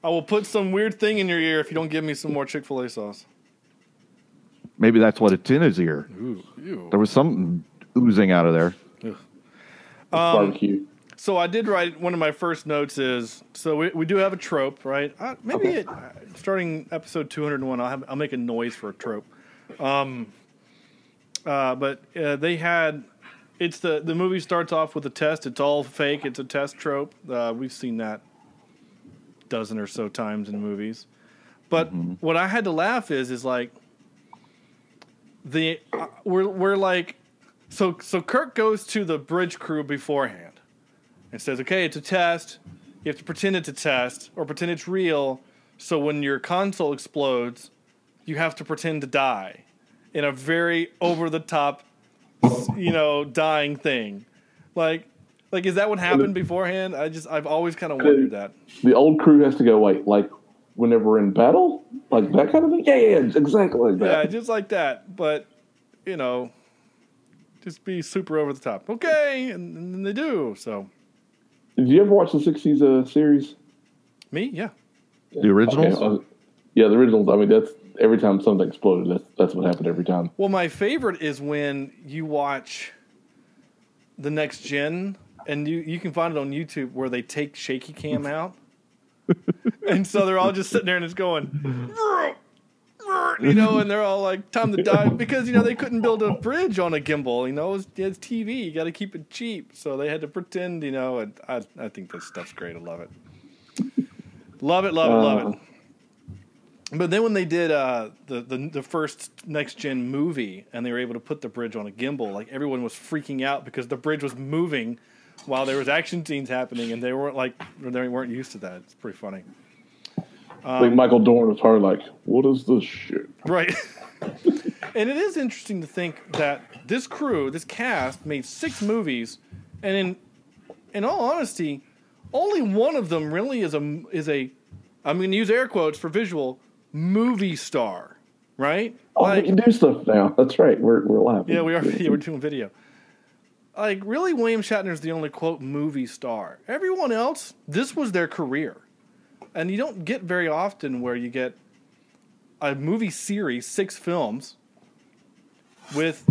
S6: I will put some weird thing in your ear if you don't give me some more Chick Fil A sauce.
S7: Maybe that's what it's in his ear.
S9: Mm-hmm.
S6: Ooh, ew.
S7: There was something oozing out of there.
S6: Um,
S9: Barbecue.
S6: So I did write one of my first notes is so we, we do have a trope, right? Uh, maybe it, starting episode 201, I'll, have, I'll make a noise for a trope. Um, uh, but uh, they had it's the the movie starts off with a test. It's all fake. It's a test trope. Uh, we've seen that dozen or so times in movies. But what I had to laugh is is like the uh, we're we're like so so Kirk goes to the bridge crew beforehand and says, "Okay, it's a test. You have to pretend it's a test or pretend it's real. So when your console explodes, you have to pretend to die in a very over the top, you know, dying thing. Like, like is that what happened beforehand? I just I've always kind of wondered that.
S9: The old crew has to go. Wait, like whenever we're in battle, like that kind of thing. Yeah, yeah, yeah, exactly like
S6: Yeah,
S9: that.
S6: just like that. But you know, just be super over the top. Okay, and, and they do. So
S9: Did you ever watch the '60s uh, series?
S6: me, yeah.
S7: The originals?
S9: Okay, uh, yeah, the originals. I mean, that's every time something exploded. That's that's what happened every time.
S6: Well, my favorite is when you watch the next gen, and you you can find it on YouTube where they take shaky cam out, and so they're all just sitting there and it's going, you know, and they're all like, time to die because you know they couldn't build a bridge on a gimbal, you know, it's, it's TV, you got to keep it cheap, so they had to pretend, you know, and I I think this stuff's great, I love it, love it, love it, love it. But then when they did uh, the, the the first next gen movie and they were able to put the bridge on a gimbal, like everyone was freaking out because the bridge was moving while there was action scenes happening, and they weren't like they weren't used to that. It's pretty funny, Um,
S9: I think Michael Dorn was probably like, "What is this shit?"
S6: right? and it is interesting to think that this crew, this cast, made six movies, and in in all honesty, only one of them really is a is a I'm going to use air quotes for visual movie star, right?
S9: Oh, we can do stuff now. That's right. We're we're live.
S6: Yeah, we are. Yeah, we're doing video. Like, really, William Shatner's the only quote movie star. Everyone else, this was their career, and you don't get very often where you get a movie series, six films, with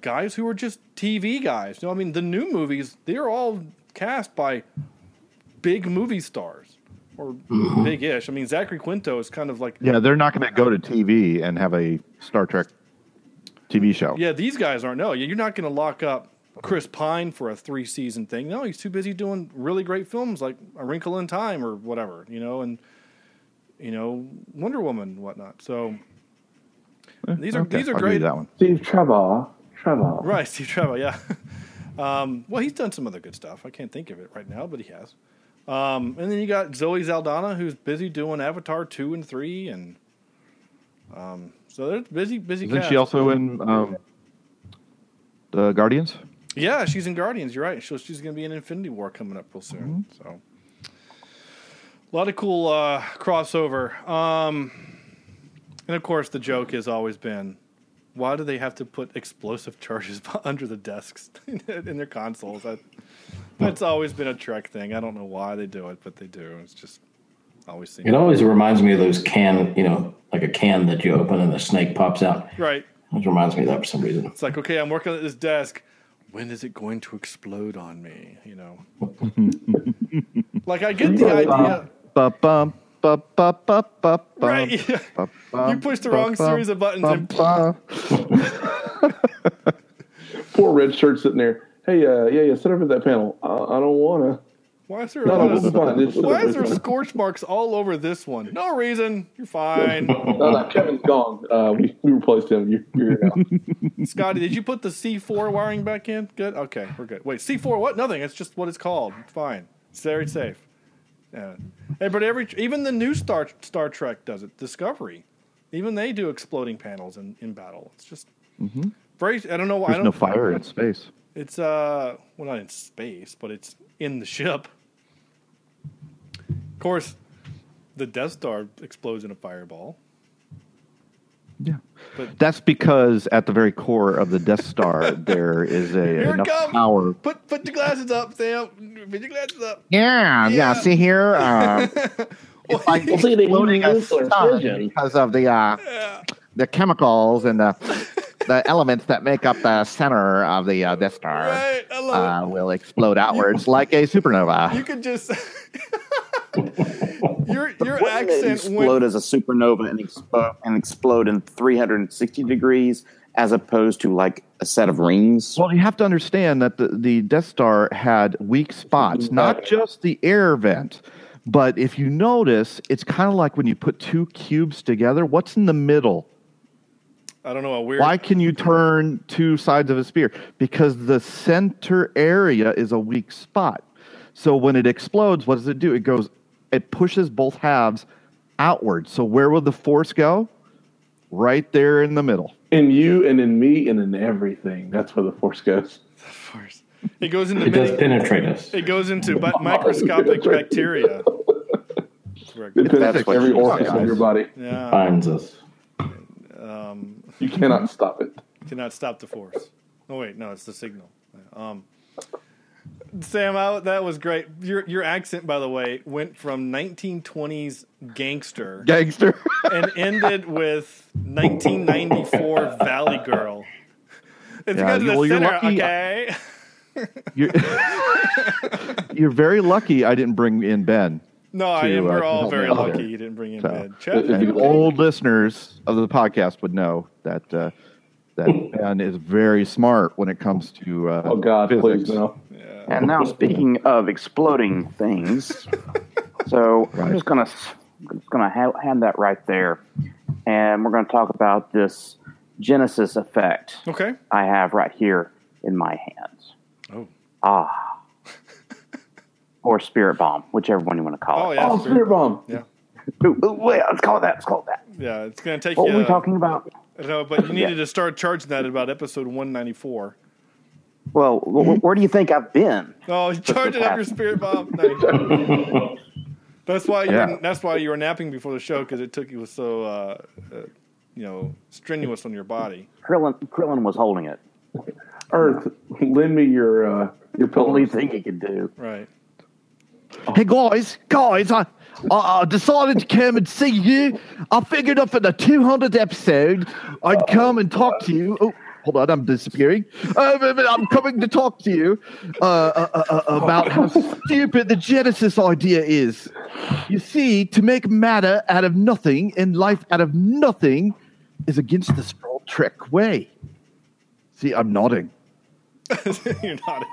S6: guys who are just TV guys. You know, I mean, the new movies they're all cast by big movie stars or big-ish. I mean, Zachary Quinto is kind of like
S7: Yeah, they're not going to go to TV and have a Star Trek TV show.
S6: Yeah, these guys aren't. No, you're not going to lock up Chris Pine for a three season thing. No, he's too busy doing really great films like A Wrinkle in Time or whatever, you know, and you know Wonder Woman and whatnot. So Mm, these are
S7: Okay,
S6: these are
S7: I'll give you
S6: great.
S7: That one.
S9: Steve Trevor. Trevor.
S6: Right, Steve Trevor. Yeah. um, well, he's done some other good stuff. I can't think of it right now, but he has. Um, and then you got Zoe Zaldana, who's busy doing Avatar two and three, and um, so they're busy, busy.
S7: Isn't
S6: cast.
S7: she also in um, the Guardians?
S6: Yeah, she's in Guardians. You're right. She'll, she's going to be in Infinity War coming up real soon. So, a lot of cool uh, crossover. Um, and of course, the joke has always been, why do they have to put explosive charges under the desks in their consoles? That, that's always been a Trek thing. I don't know why they do it, but they do. It's just always seems
S11: It always reminds me of those can, you know, like a can that you open and the snake pops out.
S6: right.
S11: It reminds me of that for some reason.
S6: It's like, okay, I'm working at this desk. When is it going to explode on me? You know, like I get the idea.
S7: Ba bum, ba ba ba ba bum,
S6: Right, yeah.
S7: ba bum,
S6: You pushed the
S7: ba
S6: wrong
S7: bum,
S6: series of buttons
S7: ba
S6: and-
S7: bum.
S9: Poor red shirt sitting there. Hey, uh, yeah, yeah. Sit over at that panel. I, I don't wanna.
S6: Why is there,
S9: No,
S6: a lot
S9: this
S6: of-
S9: is fine. This is-
S6: why is there
S9: this is-
S6: scorch marks all over this one? No reason. You're fine.
S9: no, no, Kevin's gone. Uh, we, we replaced him. You're, you're out.
S6: Scotty, did you put the C4 wiring back in? Good. Okay, we're good. Wait, C4 what? Nothing. It's just what it's called. Fine. It's very safe. Yeah. Hey, but every even the new Star Star Trek does it. Discovery, even they do exploding panels in, in battle. It's just
S7: Mm-hmm.
S6: very. I don't know why. I
S7: There's
S6: don't,
S7: no fire in space.
S6: It's uh, well, not in space, but it's in the ship. Of course, the Death Star explodes in a fireball.
S7: That's because at the very core of the Death Star, there is a
S6: Here it
S7: enough
S6: comes.
S7: power.
S6: Put put your glasses up, Sam. Put your glasses up.
S12: Yeah, yeah. See here, uh, it's like
S6: Well, see, they
S12: exploding a
S6: use nuclear
S12: star
S6: fission.
S12: because of the uh, the chemicals and the the elements that make up the center of the uh, Death Star uh, will explode outwards like a supernova.
S6: You could just your your
S8: They
S6: accent went
S8: explode as a supernova and, expo- and explode in 360 degrees as opposed to like a set of rings.
S7: Well, you have to understand that the, the Death Star had weak spots, not just the air vent, but if you notice, it's kind of like when you put two cubes together. What's in the middle?
S6: I don't know a weird
S7: Why can you turn two sides of a spear? Because the center area is a weak spot. So when it explodes, what does it do? It goes, it pushes both halves outward. So where would the force go? Right there in the middle.
S9: in you and in me and in everything. That's where the force goes.
S6: it goes into
S9: It does
S6: many-
S9: penetrate us.
S6: It goes into bi- microscopic bacteria.
S9: It penetrates every organ of your body.
S6: Yeah.
S11: Finds us.
S6: Um,
S9: You cannot stop it.
S6: cannot stop the force. No wait, no, it's the signal. Um, Sam, I, that was great. Your your accent, by the way, went from 1920s gangster
S7: Gangster.
S6: and ended with 1994 Valley Girl. It's
S7: Yeah,
S6: got to the
S7: well, you're
S6: center,
S7: lucky-
S6: okay?
S7: You're, you're very lucky I didn't bring in Ben.
S6: No, I
S7: to,
S6: am.
S7: uh,
S6: We're
S7: to
S6: all
S7: help me
S6: very
S7: out
S6: lucky
S7: there.
S6: you didn't bring in
S7: So,
S6: Ben. Chet,
S7: the-
S6: you
S7: the
S6: okay?
S7: old listeners of the podcast would know that uh, that Ben is very smart when it comes to uh,
S9: Oh, God,
S7: physics.
S9: please, no.
S8: And now, speaking of exploding things, so I'm just gonna I'm just gonna ha- hand that right there, and we're gonna talk about this Genesis effect
S6: Okay.
S8: I have right here in my hands.
S6: Oh.
S8: Ah, or spirit bomb, whichever one you want to call
S6: Oh,
S8: it.
S6: yeah, Oh, spirit spirit
S9: bomb.
S6: Yeah.
S8: Ooh, ooh, wait, let's call it that. Let's call it that.
S6: Yeah, it's going to take
S8: What
S6: you.
S8: were we talking about?
S6: I don't know, but you needed to start charging that at about episode 194.
S8: Well, wh- wh- where do you think I've been?
S6: Oh, you charge it up your spirit bomb. Nice. that's why you
S8: Yeah.
S6: were, that's why you were napping before the show because it took you so uh, uh, you know strenuous on your body.
S8: Krillin, Krillin was holding it.
S9: Earth, lend me your uh, your
S8: Only thing he could do.
S6: Right.
S7: Hey guys, guys, I, I I decided to come and see you. I figured up for the 200th episode, I'd come and talk to you. Oh, hold on, I'm disappearing. Uh, but- but I'm coming to talk to you uh, uh, uh, uh, about how stupid the Genesis idea is. You see, to make matter out of nothing and life out of nothing is against the Star Trek way. See, I'm nodding.
S6: You're not.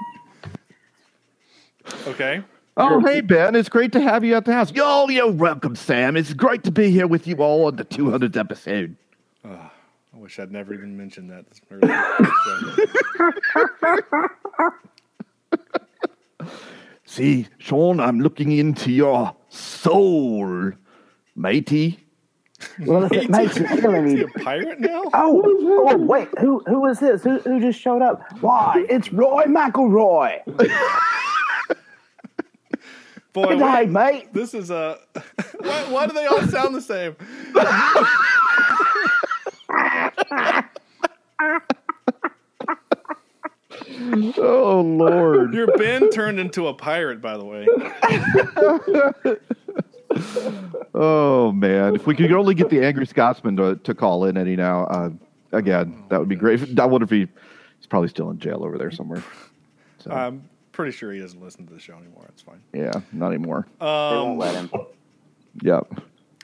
S6: Okay.
S7: Oh, hey, Ben. It's great to have you at the house. Yo, you're welcome, Sam. It's great to be here with you all on the 200th episode.
S6: Ah, I wish I'd never even mentioned that. This early.
S7: See, Sean, I'm looking into your soul, matey.
S8: Well, if it makes you feel any
S6: pirate now?
S8: Oh, oh, wait, who who is this? Who who just showed up? Why, it's Roy McElroy.
S6: Boy,
S8: Good day, mate.
S6: This is a. why, why do they all sound the same?
S7: Oh, Lord.
S6: Your Ben turned into a pirate, by the way.
S7: Oh, man. If we could only get the angry Scotsman to, to call in any now, uh, again, that would be great. I wonder if he, he's probably still in jail over there somewhere.
S6: I'm pretty sure he doesn't listen to the show anymore. It's fine.
S7: Yeah, not anymore.
S6: Um,
S7: Yep.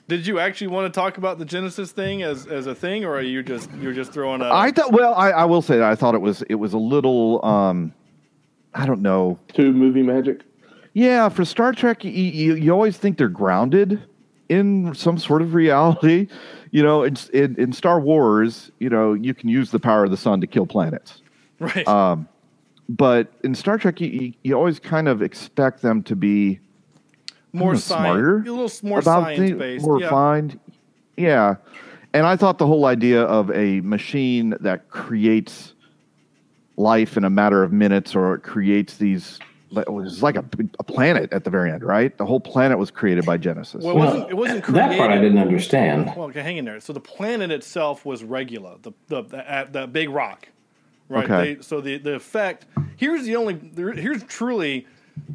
S6: Did you actually want to talk about the Genesis thing as, as a thing, or are you just you're just throwing a
S7: I thought. Well, I, I will say that I thought it was it was a little. um I don't know.
S9: Tube movie magic.
S7: Yeah, for Star Trek, you, you, you always think they're grounded in some sort of reality. You know, it's in, in Star Wars, you know, you can use the power of the sun to kill planets.
S6: Right.
S7: Um, but in Star Trek, you, you, you always kind of expect them to be I
S6: More
S7: don't know,
S6: science,
S7: smarter
S6: a little more
S7: about
S6: science
S7: things,
S6: based.
S7: more
S6: yeah.
S7: refined. Yeah, and I thought the whole idea of a machine that creates life in a matter of minutes, or it creates these. It was like a, a planet at the very end, right? The whole planet was created by Genesis.
S6: Well, it wasn't, it wasn't created. Well, okay, hang in there. So the planet itself was Regula, the the the, uh, the big rock, right?
S7: Okay.
S6: They, so the the effect here's the only there- here's truly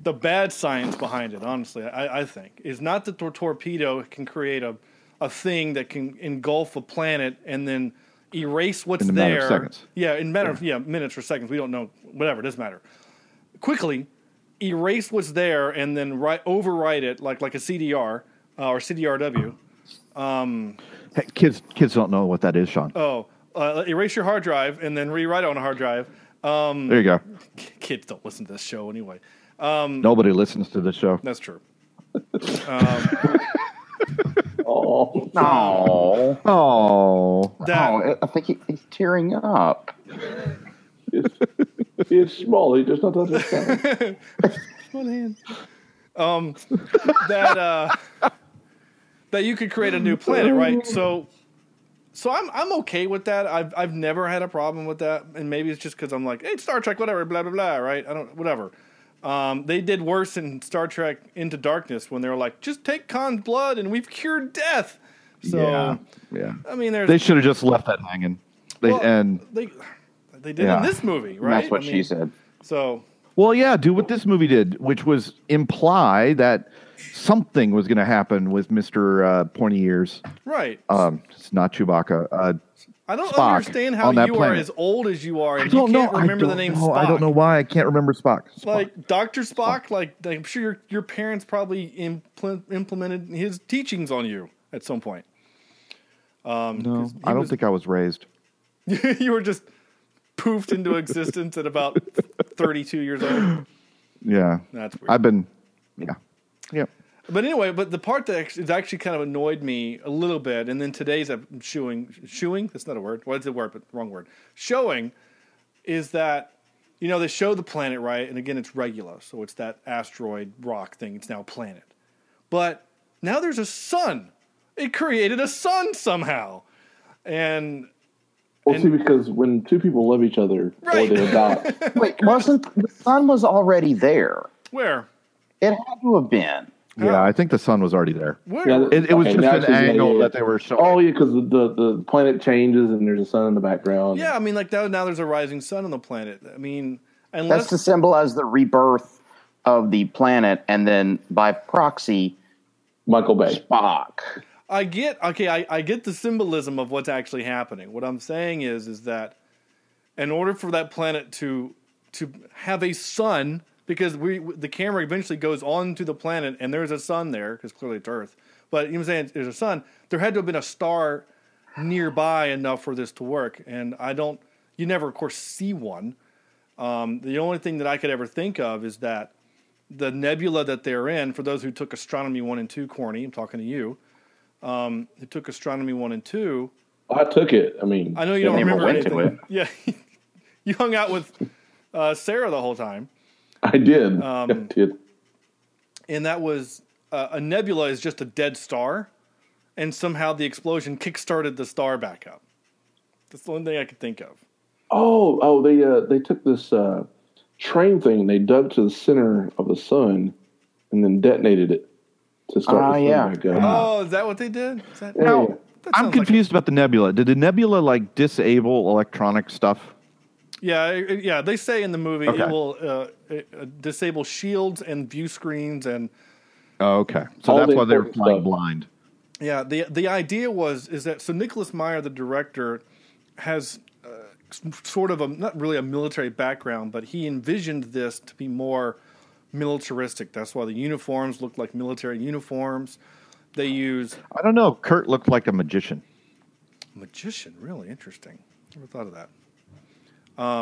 S6: the bad science behind it. Honestly, I, I think is not that the torpedo can create a a thing that can engulf a planet and then erase what's
S7: In a
S6: there.
S7: matter of seconds.
S6: Yeah, in matter of yeah minutes or seconds. We don't know. Whatever it doesn't matter. Quickly erase what's there and then write, overwrite it like like a CDR uh, or CDRW. Um,
S7: Hey, kids, kids don't know what that is, Sean.
S6: oh, uh, erase your hard drive and then rewrite it on a hard drive. Um,
S7: There you go.
S6: Kids don't listen to this show anyway. Um,
S7: Nobody listens to the show.
S6: That's true. Um,
S8: Oh,
S7: Oh, oh,
S8: I- I think he, he's tearing up.
S9: it's small. He does not understand.
S6: One hand. Um, that uh, that you could create a new planet, right? So, so I'm I'm okay with that. I've I've never had a problem with that, and maybe it's just because I'm like, hey, it's Star Trek, whatever, blah blah blah, right? I don't, whatever. Um, they did worse in Star Trek Into Darkness when they were like, just take Khan's blood and we've cured death. So,
S7: yeah, yeah.
S6: I mean, there's
S7: They should have just left that hanging. They
S6: Well,
S7: and
S6: they they did
S7: Yeah.
S6: in this movie, right?
S7: That's what she said.
S6: So
S7: Well, yeah, do what this movie did, which was imply that something was going to happen with Mister uh, Pointy Ears.
S6: right,
S7: Um, it's not Chewbacca. Uh,
S6: I don't
S7: Spock
S6: understand how
S7: on
S6: you
S7: that
S6: are
S7: planet.
S6: as old as you are
S7: I
S6: and you
S7: don't know.
S6: can't
S7: I
S6: remember the
S7: don't
S6: name
S7: know.
S6: Spock.
S7: I don't know why I can't remember Spock.
S6: Like Doctor Spock, like I'm sure your your parents probably impl- implemented his teachings on you at some point. Um,
S7: No,
S6: 'cause he
S7: I don't
S6: was-
S7: think I was raised.
S6: you were just poofed into existence at about 32 years old.
S7: Yeah,
S6: That's weird.
S7: I've been. Yeah, yeah.
S6: But anyway, but the part that actually, that actually kind of annoyed me a little bit, and then today's ep- showing, showing, that's not a word. Well, it's a word, but wrong word. Showing is that, you know, they show the planet, right? And again, it's Regula. So it's that asteroid rock thing. It's now a planet. But now there's a sun. It created a sun somehow. And
S9: Well, see, because when two people love each other or they adopt,
S8: Wait, wasn't the sun was already there?
S6: where?
S8: It had to have been.
S6: Uh,
S7: Yeah, I think the sun was already there. It, it was
S9: Okay,
S7: just
S9: now
S7: an
S9: she's like,
S7: angle
S9: yeah.
S7: that they were showing.
S9: Oh yeah, because the, the the planet changes and there's a sun in the background.
S6: Yeah, I mean, like now, now there's a rising sun on the planet. I mean,
S8: That's
S6: unless.
S8: to symbolize the rebirth of the planet, and then by proxy,
S9: Michael Bay
S8: Spock.
S6: I get okay. I, I get the symbolism of what's actually happening. What I'm saying is, is that in order for that planet to to have a sun, because we the camera eventually goes onto the planet and there's a sun there, because clearly it's Earth. But you know what I'm saying? There's a sun. There had to have been a star nearby enough for this to work. And I don't. You never, of course, see one. Um, the only thing that I could ever think of is that the nebula that they're in. For those who took astronomy one and two, corny. I'm talking to you um, who took astronomy one and two.
S9: I took it. I mean,
S6: I know you don't remember anything. Yeah, you hung out with uh, Sarah the whole time,
S9: I did.
S6: Um,
S9: I did.
S6: and that was uh, a nebula is just a dead star, and somehow the explosion kickstarted the star back up. That's the only thing I could think of.
S9: Oh, oh, they uh, they took this uh, train thing and they dug to the center of the sun and then detonated it to start
S6: Ah,
S9: the sun
S6: yeah.
S9: back up.
S6: Oh, is that what they did? Is that,
S7: Now, I'm confused about the nebula. Did the nebula like disable electronic stuff?
S6: Yeah, it- yeah. They say in the movie
S7: Okay.
S6: it will uh, it, uh, disable shields and view screens and
S7: Oh, okay. So
S9: All
S7: that's
S9: the
S7: why they were
S9: important
S7: flying
S9: stuff.
S7: blind.
S6: Yeah, the the idea was is that so Nicholas Meyer, the director, has uh, s- sort of a not really a military background, but he envisioned this to be more militaristic. That's why the uniforms look like military uniforms. They use
S7: I don't know. Kurt looked like a magician.
S6: magician. Really interesting. Never thought of that.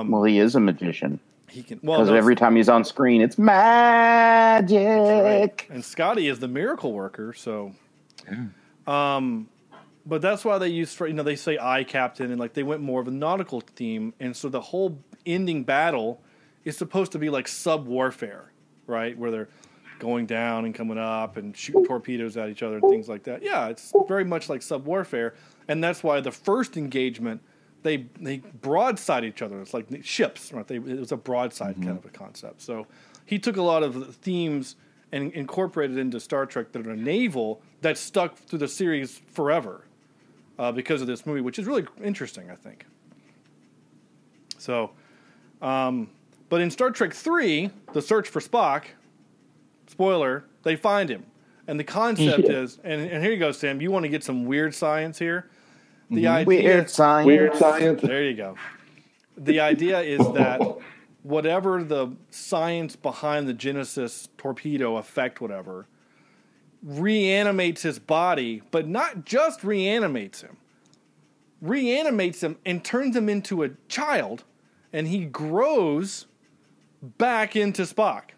S8: well, he is a magician.
S6: he can. Well,
S8: Because
S6: no,
S8: every time he's on screen, it's magic.
S6: and Scotty is the miracle worker, so. Um, but that's why they use you know they say I captain and like they went more of a nautical theme, and so the whole ending battle is supposed to be like sub warfare, right? Where they're going down and coming up and shooting torpedoes at each other and things like that. Yeah, it's very much like sub warfare, and that's why the first engagement they they broadside each other. It's like ships, right? They, it was a broadside kind of a concept. So he took a lot of the themes and incorporated into Star Trek that are naval that stuck through the series forever uh, because of this movie, which is really interesting, I think. So, um, but in Star Trek Three, the search for Spock, spoiler, they find him, and the concept
S9: Yeah.
S6: is, and, and here you go, Sam. You want to get some weird science here? The
S8: Mhm.
S6: idea,
S8: Weird science. Weird science.
S6: There you go. The idea is that whatever the science behind the Genesis torpedo effect, whatever, reanimates his body, but not just reanimates him, reanimates him and turns him into a child, and he grows back into Spock.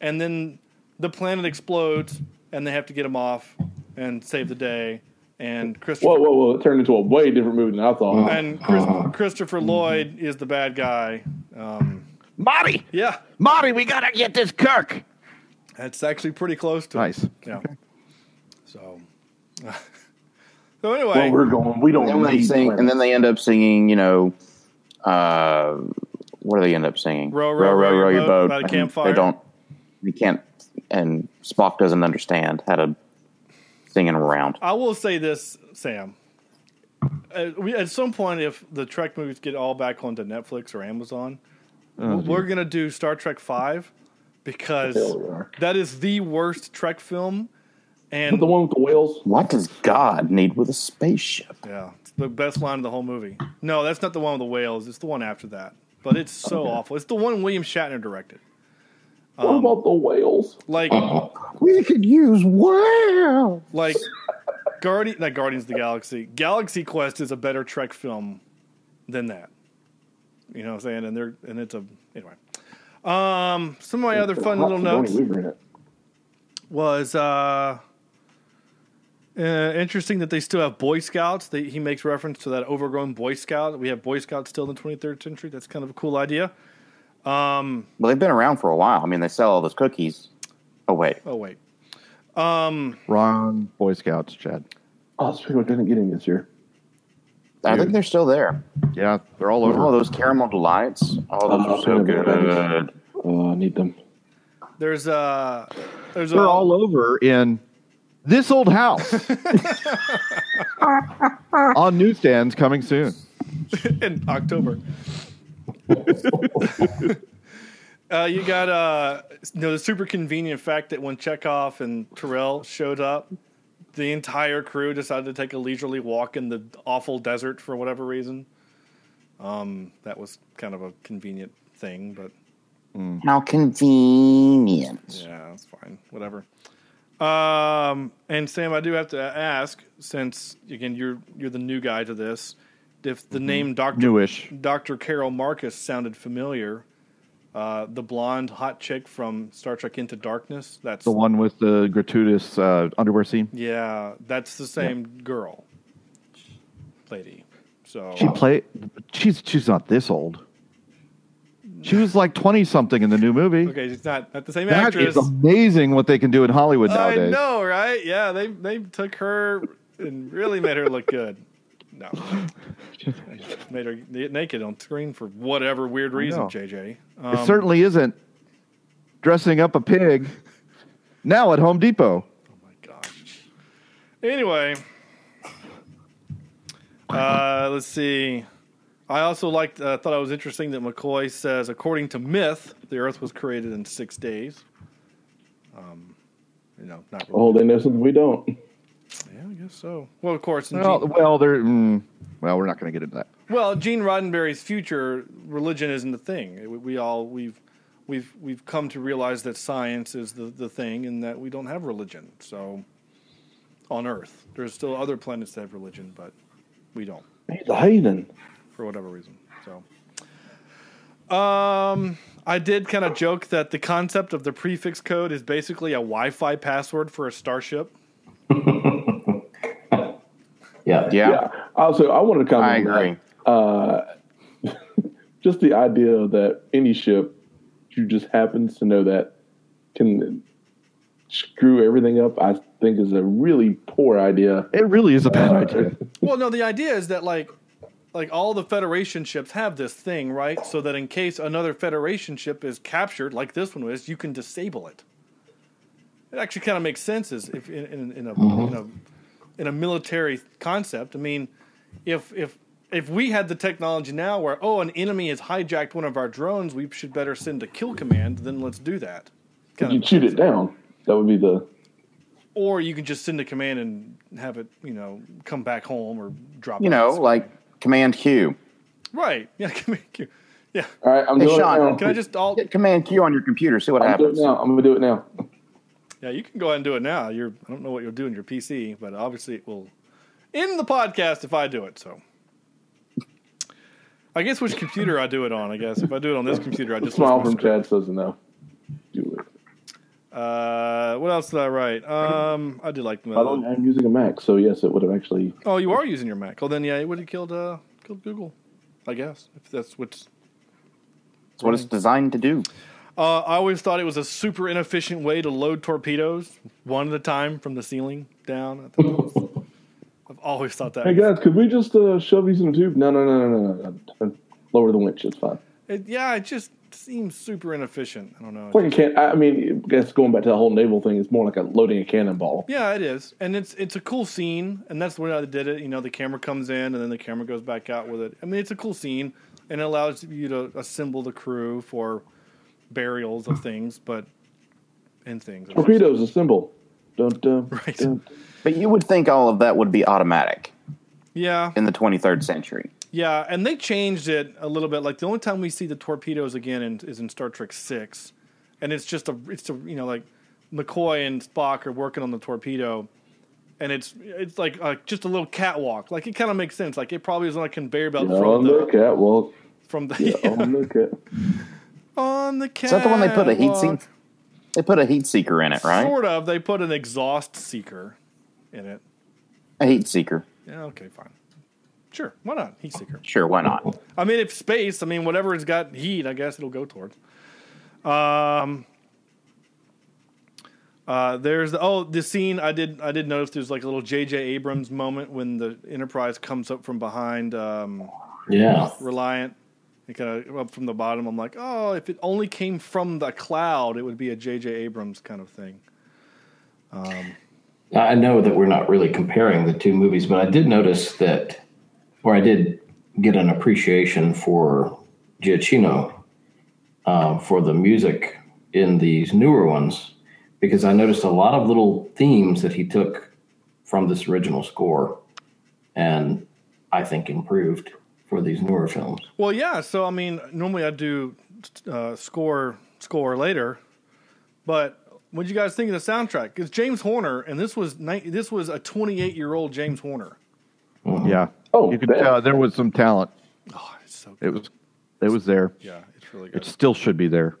S6: And then the planet explodes, and they have to get him off and save the day. And Christopher
S9: Whoa, whoa, whoa! It turned into a way different movie than I
S8: Uh,
S9: thought.
S6: and Chris, Christopher Lloyd is the bad guy. Um,
S12: Marty.
S6: Yeah,
S12: Marty, we gotta get this Kirk.
S6: That's actually pretty close to
S12: nice.
S6: Yeah. So. so anyway,
S9: Well, we're going. We don't
S8: And then, they
S9: need
S8: sing, and then they end up singing, you know, uh, what do they end up singing?
S6: Row, row, row your boat by the
S8: And
S6: campfire.
S8: They don't. They can't. And Spock doesn't understand how to sing it around.
S6: I will say this, Sam. At, we, at some point, if the Trek movies get all back onto Netflix or Amazon,
S9: Oh,
S6: we're
S9: dear.
S6: going to do Star Trek Five because
S9: Hell, we are.
S6: that is the worst Trek film, and
S9: the one with the whales.
S8: What does God need with a spaceship?
S6: Yeah, it's the best line of the whole movie. No, that's not the one with the whales. It's the one after that. But it's so awful. It's the one William Shatner directed. Um,
S9: What about the whales?
S6: Like,
S12: We could use wow.
S6: like Guardian, not Guardians of the Galaxy. Galaxy Quest is a better Trek film than that. You know what I'm saying? And they're and it's a anyway. Um, some of my other fun little notes. was uh, uh, interesting that they still have Boy Scouts. They, he makes reference to that overgrown Boy Scout. We have Boy Scouts still in the 23rd century. That's kind of a cool idea. Um,
S8: Well, they've been around for a while. I mean, they sell all those cookies. Oh wait,
S6: oh wait, um,
S7: Wrong Boy Scouts, Chad.
S9: Oh, Spiegel didn't get him this year.
S8: I think they're still there.
S7: Yeah, they're all over.
S8: Oh, those caramel delights. Oh, those
S9: Oh,
S8: are so
S9: peanut butter
S8: good.
S9: Oh, I need them.
S6: there's uh, there's
S7: They're
S6: a,
S7: all over in this old house on newsstands coming soon.
S6: in October. uh, you got uh, you know, the super convenient fact that when Chekhov and Terrell showed up, the entire crew decided to take a leisurely walk in the awful desert for whatever reason. Um, that was kind of a convenient thing, but
S8: How convenient.
S6: yeah, that's fine. Whatever. Um, and Sam, I do have to ask, since again you're you're the new guy to this, if the name Doctor
S7: Mm-hmm. Newish.
S6: Doctor Carol Marcus sounded familiar, uh, the blonde hot chick from Star Trek Into Darkness. That's
S7: The one with the gratuitous uh, underwear scene.
S6: Yeah, that's the same girl, lady. So
S7: She play. She's she's not this old. She was like twenty something in the new movie.
S6: okay, it's not not the same
S7: That
S6: actress.
S7: is amazing what they can do in Hollywood nowadays.
S6: I know, right? Yeah, they they took her and really made her look good. No, made her naked on screen for whatever weird reason. Um,
S7: know.
S6: JJ,
S7: it certainly isn't dressing up a pig now at Home Depot.
S6: Anyway, uh, let's see. I also liked. Uh, thought it was interesting that McCoy says, according to myth, the Earth was created in six days. Um, you know, not really.
S9: Oh, they know something we don't.
S6: Yeah, I guess so. Well, of course. in
S7: Well,
S6: Gene-
S7: well, they're mm, well. We're not going to get into that.
S6: Well, Gene Roddenberry's future religion isn't the thing. We- We all we've we've we've come to realize that science is the, the thing, and that we don't have religion. So, on Earth, there's still other planets that have religion, but we don't
S9: He's a heathen.
S6: for whatever reason. So, Um, I did kind of joke that the concept of the prefix code is basically a Wi-Fi password for a starship.
S11: Yeah.
S9: yeah. Also, I wanted to comment.
S8: I agree.
S9: On that. Uh, just the idea that any ship you just happens to know that can screw everything up, I think is a really poor idea.
S7: It really is a bad idea.
S6: Well, no, the idea is that like like all the federation ships have this thing, right? So that in case another federation ship is captured, like this one was, you can disable it. It actually kind of makes sense as if in, in, in a
S8: Mm-hmm.
S6: in a in a military concept. I mean, if if if we had the technology now where oh an enemy has hijacked one of our drones, we should better send a kill command. Then let's do that.
S9: If you shoot it down, that would be the
S6: Or you can just send a command and have it you know come back home or drop.
S8: You
S6: it
S8: know, like Command Q.
S6: right? Yeah, command Q. Yeah.
S9: All right, I'm
S8: hey,
S9: doing it
S8: Sean,
S9: now.
S6: Can I just all?
S8: hit Command Q on your computer? See what
S9: I'm gonna
S8: happens.
S9: do it now. I'm gonna do it now.
S6: Yeah, you can go ahead and do it now. You're I don't know what you'll do in your PC, but obviously it will in the podcast if I do it. So I guess which computer I do it on. I guess if I do it on this computer, I
S9: The
S6: just
S9: smile
S6: lose
S9: from
S6: my script.
S9: Chad says no. Do it.
S6: Uh, what else did I write? Um, I did like.
S9: Although I'm using a Mac, so yes, it would have actually.
S6: Oh, you are using your Mac. Oh, then yeah, it would have killed uh, killed Google, I guess. If that's what's.
S8: That's what it's designed to do.
S6: Uh, I always thought it was a super inefficient way to load torpedoes one at a time from the ceiling down. I thought that was, I've always thought that.
S9: Hey guys, could we just uh, shove these in the tube? No, no, no, no, no, no, no. Lower the winch. It's fine.
S6: It, yeah, it just seems super inefficient. I don't know.
S9: Like a can. I mean, that's going back to the whole naval thing. It's more like a loading a cannonball.
S6: Yeah, it is, and it's it's a cool scene, and that's the way they did it. You know, the camera comes in, and then the camera goes back out with it. I mean, it's a cool scene, and it allows you to assemble the crew for burials of things, but and things.
S9: Torpedoes, a symbol. Don't. Uh,
S6: right.
S8: But you would think all of that would be automatic
S6: Yeah,
S8: in the 23rd century.
S6: yeah, and they changed it a little bit. Like the only time we see the torpedoes again in, is in Star Trek Six, and it's just a it's a you know like McCoy and Spock are working on the torpedo, and it's it's like uh, just a little catwalk. Like it kind of makes sense. Like it probably was on a conveyor belt
S9: Yeah,
S6: from
S9: on
S6: the
S9: the catwalk.
S6: from the
S9: Yeah, on the cat.
S6: on the cat.
S8: Is that the one they put a heat seek? They put a heat seeker in it, right?
S6: Sort of. They put an exhaust seeker in it.
S8: A heat seeker.
S6: Yeah. Okay. Fine. Sure. Why not heat seeker?
S8: Sure, why not?
S6: I mean, if space, I mean, whatever's got heat, I guess it'll go towards. Um. Uh, there's the, oh the scene I did I did notice there's like a little J.J. Abrams moment when the Enterprise comes up from behind um,
S11: Yeah.
S6: Reliant it kind of up from the bottom I'm like oh if it only came from the cloud it would be a J.J. Abrams kind of thing um,
S11: I know that we're not really comparing the two movies, but I did notice that, or I did get an appreciation for Giacchino uh, for the music in these newer ones, because I noticed a lot of little themes that he took from this original score and I think improved for these newer films.
S6: Well, yeah. So I mean, normally I do uh, score score later, but what you guys think of the soundtrack? It's James Horner, and this was ni- this was a 28 year old James Horner.
S7: Yeah.
S9: Oh,
S7: you could
S9: damn.
S7: tell there was some talent.
S6: Oh, it's so
S7: It was, it was there.
S6: yeah, it's really
S7: It
S6: good.
S7: still should be there.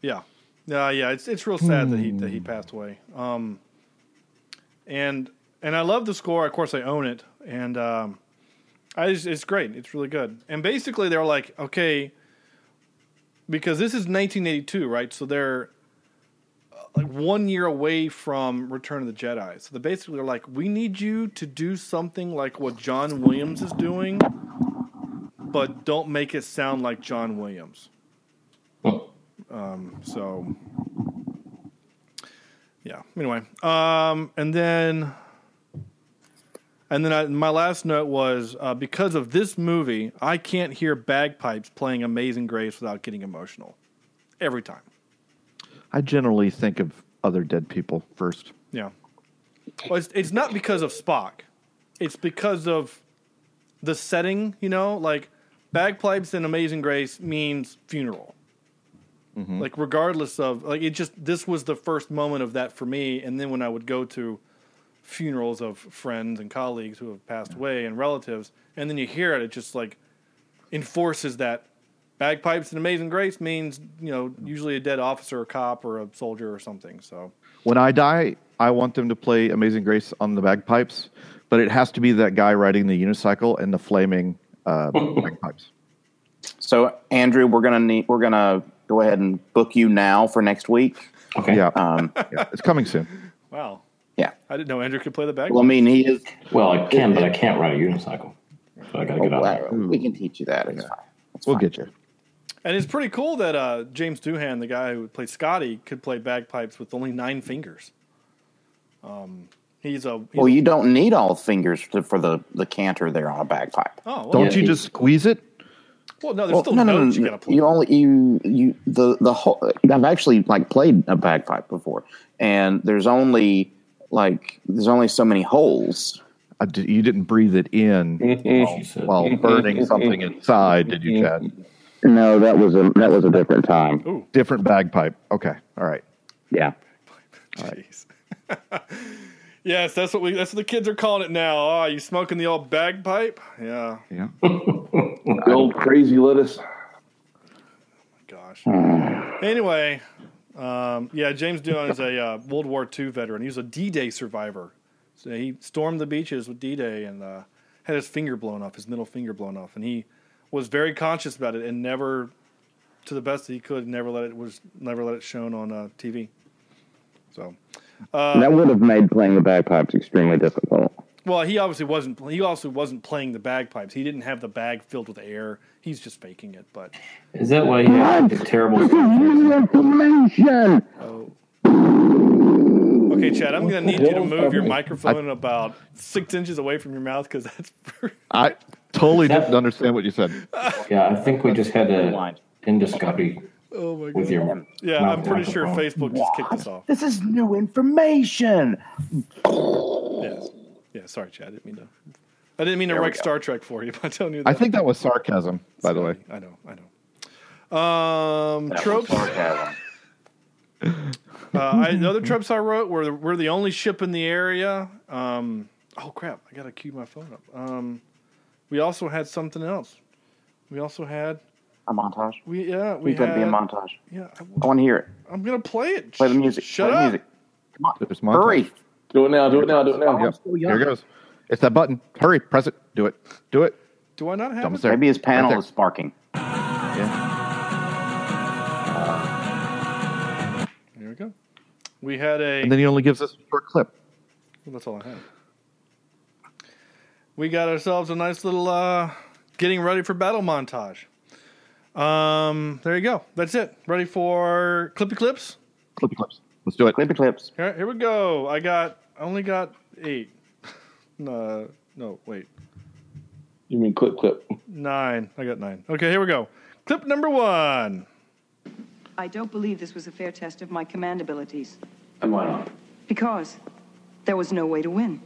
S6: Yeah, yeah, yeah. It's it's real sad that he that he passed away. Um, and and I love the score. Of course, I own it, and um, I just, it's great. It's really good. And basically, they're like, okay, because this is 1982, right? So they're uh, like one year away from Return of the Jedi. So they basically are like, we need you to do something like what John Williams is doing, but don't make it sound like John Williams. Um, so yeah. Anyway, um, and then and then I, my last note was uh, because of this movie, I can't hear bagpipes playing "Amazing Grace" without getting emotional every time.
S7: I generally think of other dead people first.
S6: Yeah. Well, it's, it's not because of Spock. It's because of the setting, you know? Like, bagpipes in Amazing Grace means funeral. Like, regardless of, like, it just, this was the first moment of that for me. And then when I would go to funerals of friends and colleagues who have passed away and relatives, and then you hear it, it just, like, enforces that Bagpipes and Amazing Grace means you know usually a dead officer, or cop, or a soldier or something. So
S7: When I die, I want them to play Amazing Grace on the bagpipes, but it has to be that guy riding the unicycle and the flaming uh, bagpipes.
S8: So Andrew, we're gonna need, we're gonna go ahead and book you now for next week.
S11: Okay.
S7: Yeah.
S8: Um,
S7: It's coming soon.
S6: wow,
S8: yeah.
S6: I didn't know Andrew could play the bagpipes.
S8: Well, I mean, he is.
S11: Well, I can, but I can't ride a unicycle. So I gotta get out.
S8: well, we can teach you that. It's fine.
S7: Hmm. we'll get you.
S6: And it's pretty cool that uh, James Doohan, the guy who played Scotty, could play bagpipes with only nine fingers. Um, he's a he's
S8: Well,
S6: a-
S8: you don't need all fingers to, for the the canter there on a bagpipe.
S6: Oh, well,
S7: Don't
S6: yeah.
S7: you just squeeze it?
S6: Well, no, there's
S8: Well,
S6: still
S8: no, no, no,
S6: notes
S8: no.
S6: you got to play.
S8: You only you you the the whole. I've actually like played a bagpipe before, and there's only like there's only so many holes.
S7: I did, Uh, you didn't breathe it in
S9: Mm-hmm.
S7: while, while burning something inside, did you, Chad?
S8: No, that was a that was a different time.
S7: Different bagpipe. Okay. All right.
S8: Yeah.
S6: Yes, that's what we that's what the kids are calling it now. Oh, you smoking the old bagpipe? Yeah.
S7: Yeah.
S9: The old crazy lettuce.
S6: Gosh. Anyway, um, yeah, James Doohan is a uh, World War II veteran. He was a D-Day survivor. So he stormed the beaches with D-Day and uh, had his finger blown off, his middle finger blown off, and he was very conscious about it and never, to the best that he could, never let it was never let it shown on uh, TV. So. Uh,
S13: that would have made playing the bagpipes extremely difficult.
S6: Well, he obviously wasn't. He also wasn't playing the bagpipes. He didn't have the bag filled with air. He's just faking it. But
S11: Is that why you have a terrible?
S13: information.
S6: okay, Chad, I'm going to need you to move your
S7: I-
S6: microphone about six inches away from your mouth because that's
S7: I totally didn't understand what you said.
S11: Yeah, I think we just had a endoscopy
S6: oh my
S11: with your.
S6: Yeah, I'm
S11: mouth
S6: pretty sure
S11: microphone.
S6: Facebook just kicked us off.
S8: This is new information.
S6: Yes. Yeah. Sorry, Chad. I didn't mean to. I didn't mean to
S7: There we
S6: wreck
S7: go.
S6: Star Trek for you by telling you. That.
S7: I think that was sarcasm, by the way.
S6: I know. I know. Um,
S7: That was
S6: tropes. uh, I, the other tropes I wrote were we're the only ship in the area. Um, oh crap! I gotta cue my phone up. Um, we also had something else. We also had
S8: A montage.
S6: we yeah we
S8: We got to be a
S6: had-
S8: montage.
S6: Yeah,
S8: I want to hear it.
S6: I, am gonna play it.
S8: Play the music.
S6: Shut
S8: Play the
S6: up.
S8: music. Come on.
S7: There's montage.
S8: Hurry.
S9: Do it now. Do it now. Do it now.
S7: Yep. Here it goes. It's that button. Hurry, press it. Do it. Do it.
S6: Do I not have it?
S7: Almost there.
S8: Maybe his panel
S7: Right there.
S8: is sparking.
S6: Here we go. We had a.
S7: And then he only gives us a short clip.
S6: Well, that's all I have. We got ourselves a nice little uh, getting ready for battle montage. Um, there you go. That's it. Ready for clippy clips?
S7: Clippy clips. Let's do it.
S8: Clippy clips.
S6: All right, here we go. I got. I only got eight. no, no, wait,
S9: You mean clip clip?
S6: nine. I got nine. Okay, here we go. Clip number one.
S14: I don't believe this was a fair test of my command abilities
S15: And why not?
S14: because there was no way to win.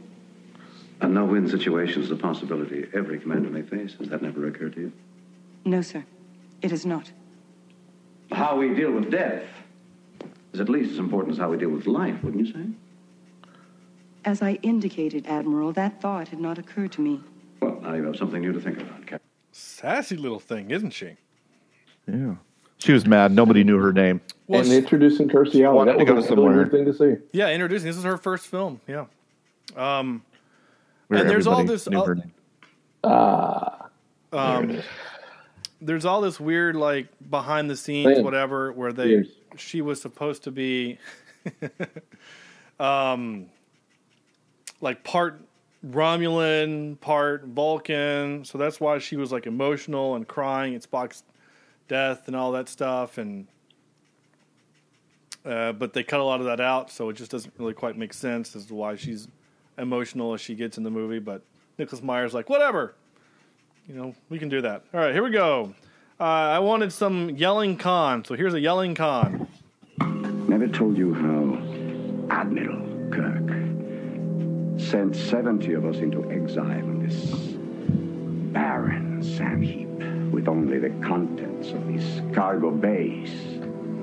S15: A no-win situation is a possibility every commander may face. Has that never occurred to you?
S14: No, sir, it is not.
S15: How we deal with death is at least as important as how we deal with life, wouldn't you say?
S14: As I indicated, Admiral, that thought had not occurred to me.
S15: Well, now you have something new to think about, Captain.
S6: Sassy little thing, isn't she?
S7: Yeah. She was mad. Nobody knew her name.
S6: Well,
S9: and introducing Kirstie Alley.
S7: wanted
S9: That
S7: to
S9: was
S7: go
S9: a really
S7: somewhere.
S9: weird thing to see.
S6: Yeah, introducing. This is her first film. Yeah. Um,
S7: Where
S6: and there's all
S7: everybody
S6: this.
S7: knew
S6: uh,
S7: her name.
S6: um, there's all this weird like behind the scenes
S7: Bam.
S6: whatever where they
S7: Yes.
S6: she was supposed to be um like part Romulan, part Vulcan. So that's why she was like emotional and crying at Spock's death and all that stuff and uh, but they cut a lot of that out, so it just doesn't really quite make sense as to why she's emotional as she gets in the movie. But Nicholas Meyer's like, whatever, you know, we can do that. All right, here we go. Uh, I wanted some yelling con, so here's a yelling con.
S1: Never told you how Admiral Kirk sent 70 of us into exile on this barren sand heap with only the contents of these cargo bays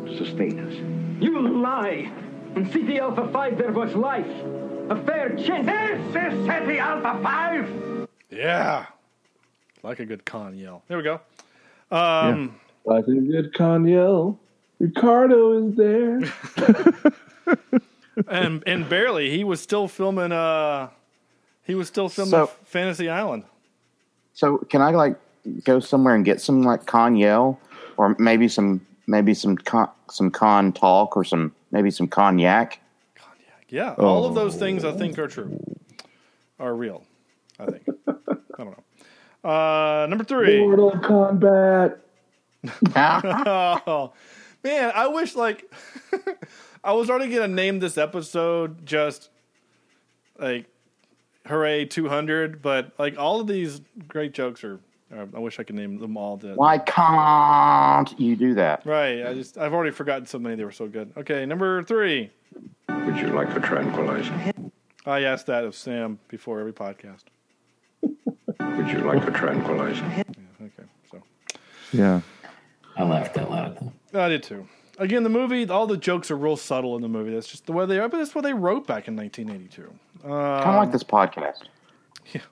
S1: to sustain us.
S16: You lie! In City Alpha 5 there was life! A fair chance! This is City Alpha 5!
S6: Yeah, like a good con yell. There we go. Um,
S9: Like a good Conyell, Ricardo is there.
S6: and and barely. He was still filming. Uh, he was still filming
S8: So-
S6: Fantasy Island.
S8: So can I like go somewhere and get some like con yell or maybe some maybe some con, some con talk or some maybe some cognac?
S6: Yeah, all of those things I think are true, are real. I think. I don't know. Uh, number three.
S9: Mortal Kombat.
S6: oh, man, I wish like I was already gonna name this episode just like "Hooray 200," but like all of these great jokes are. are- I wish I could name them all. To,
S8: Why can't you do that?
S6: Right. I just I've already forgotten so many. They were so good. Okay, number three.
S15: Would you like a tranquilizer?
S6: I asked that of Sam before every podcast.
S15: Would you like a tranquilizer?
S6: Okay, so
S7: Yeah.
S11: I laughed out loud.
S6: I did too. Again, the movie, all the jokes are real subtle in the movie. That's just the way they are. But that's what they wrote back in 1982. Um,
S8: kind of like this podcast.
S11: It's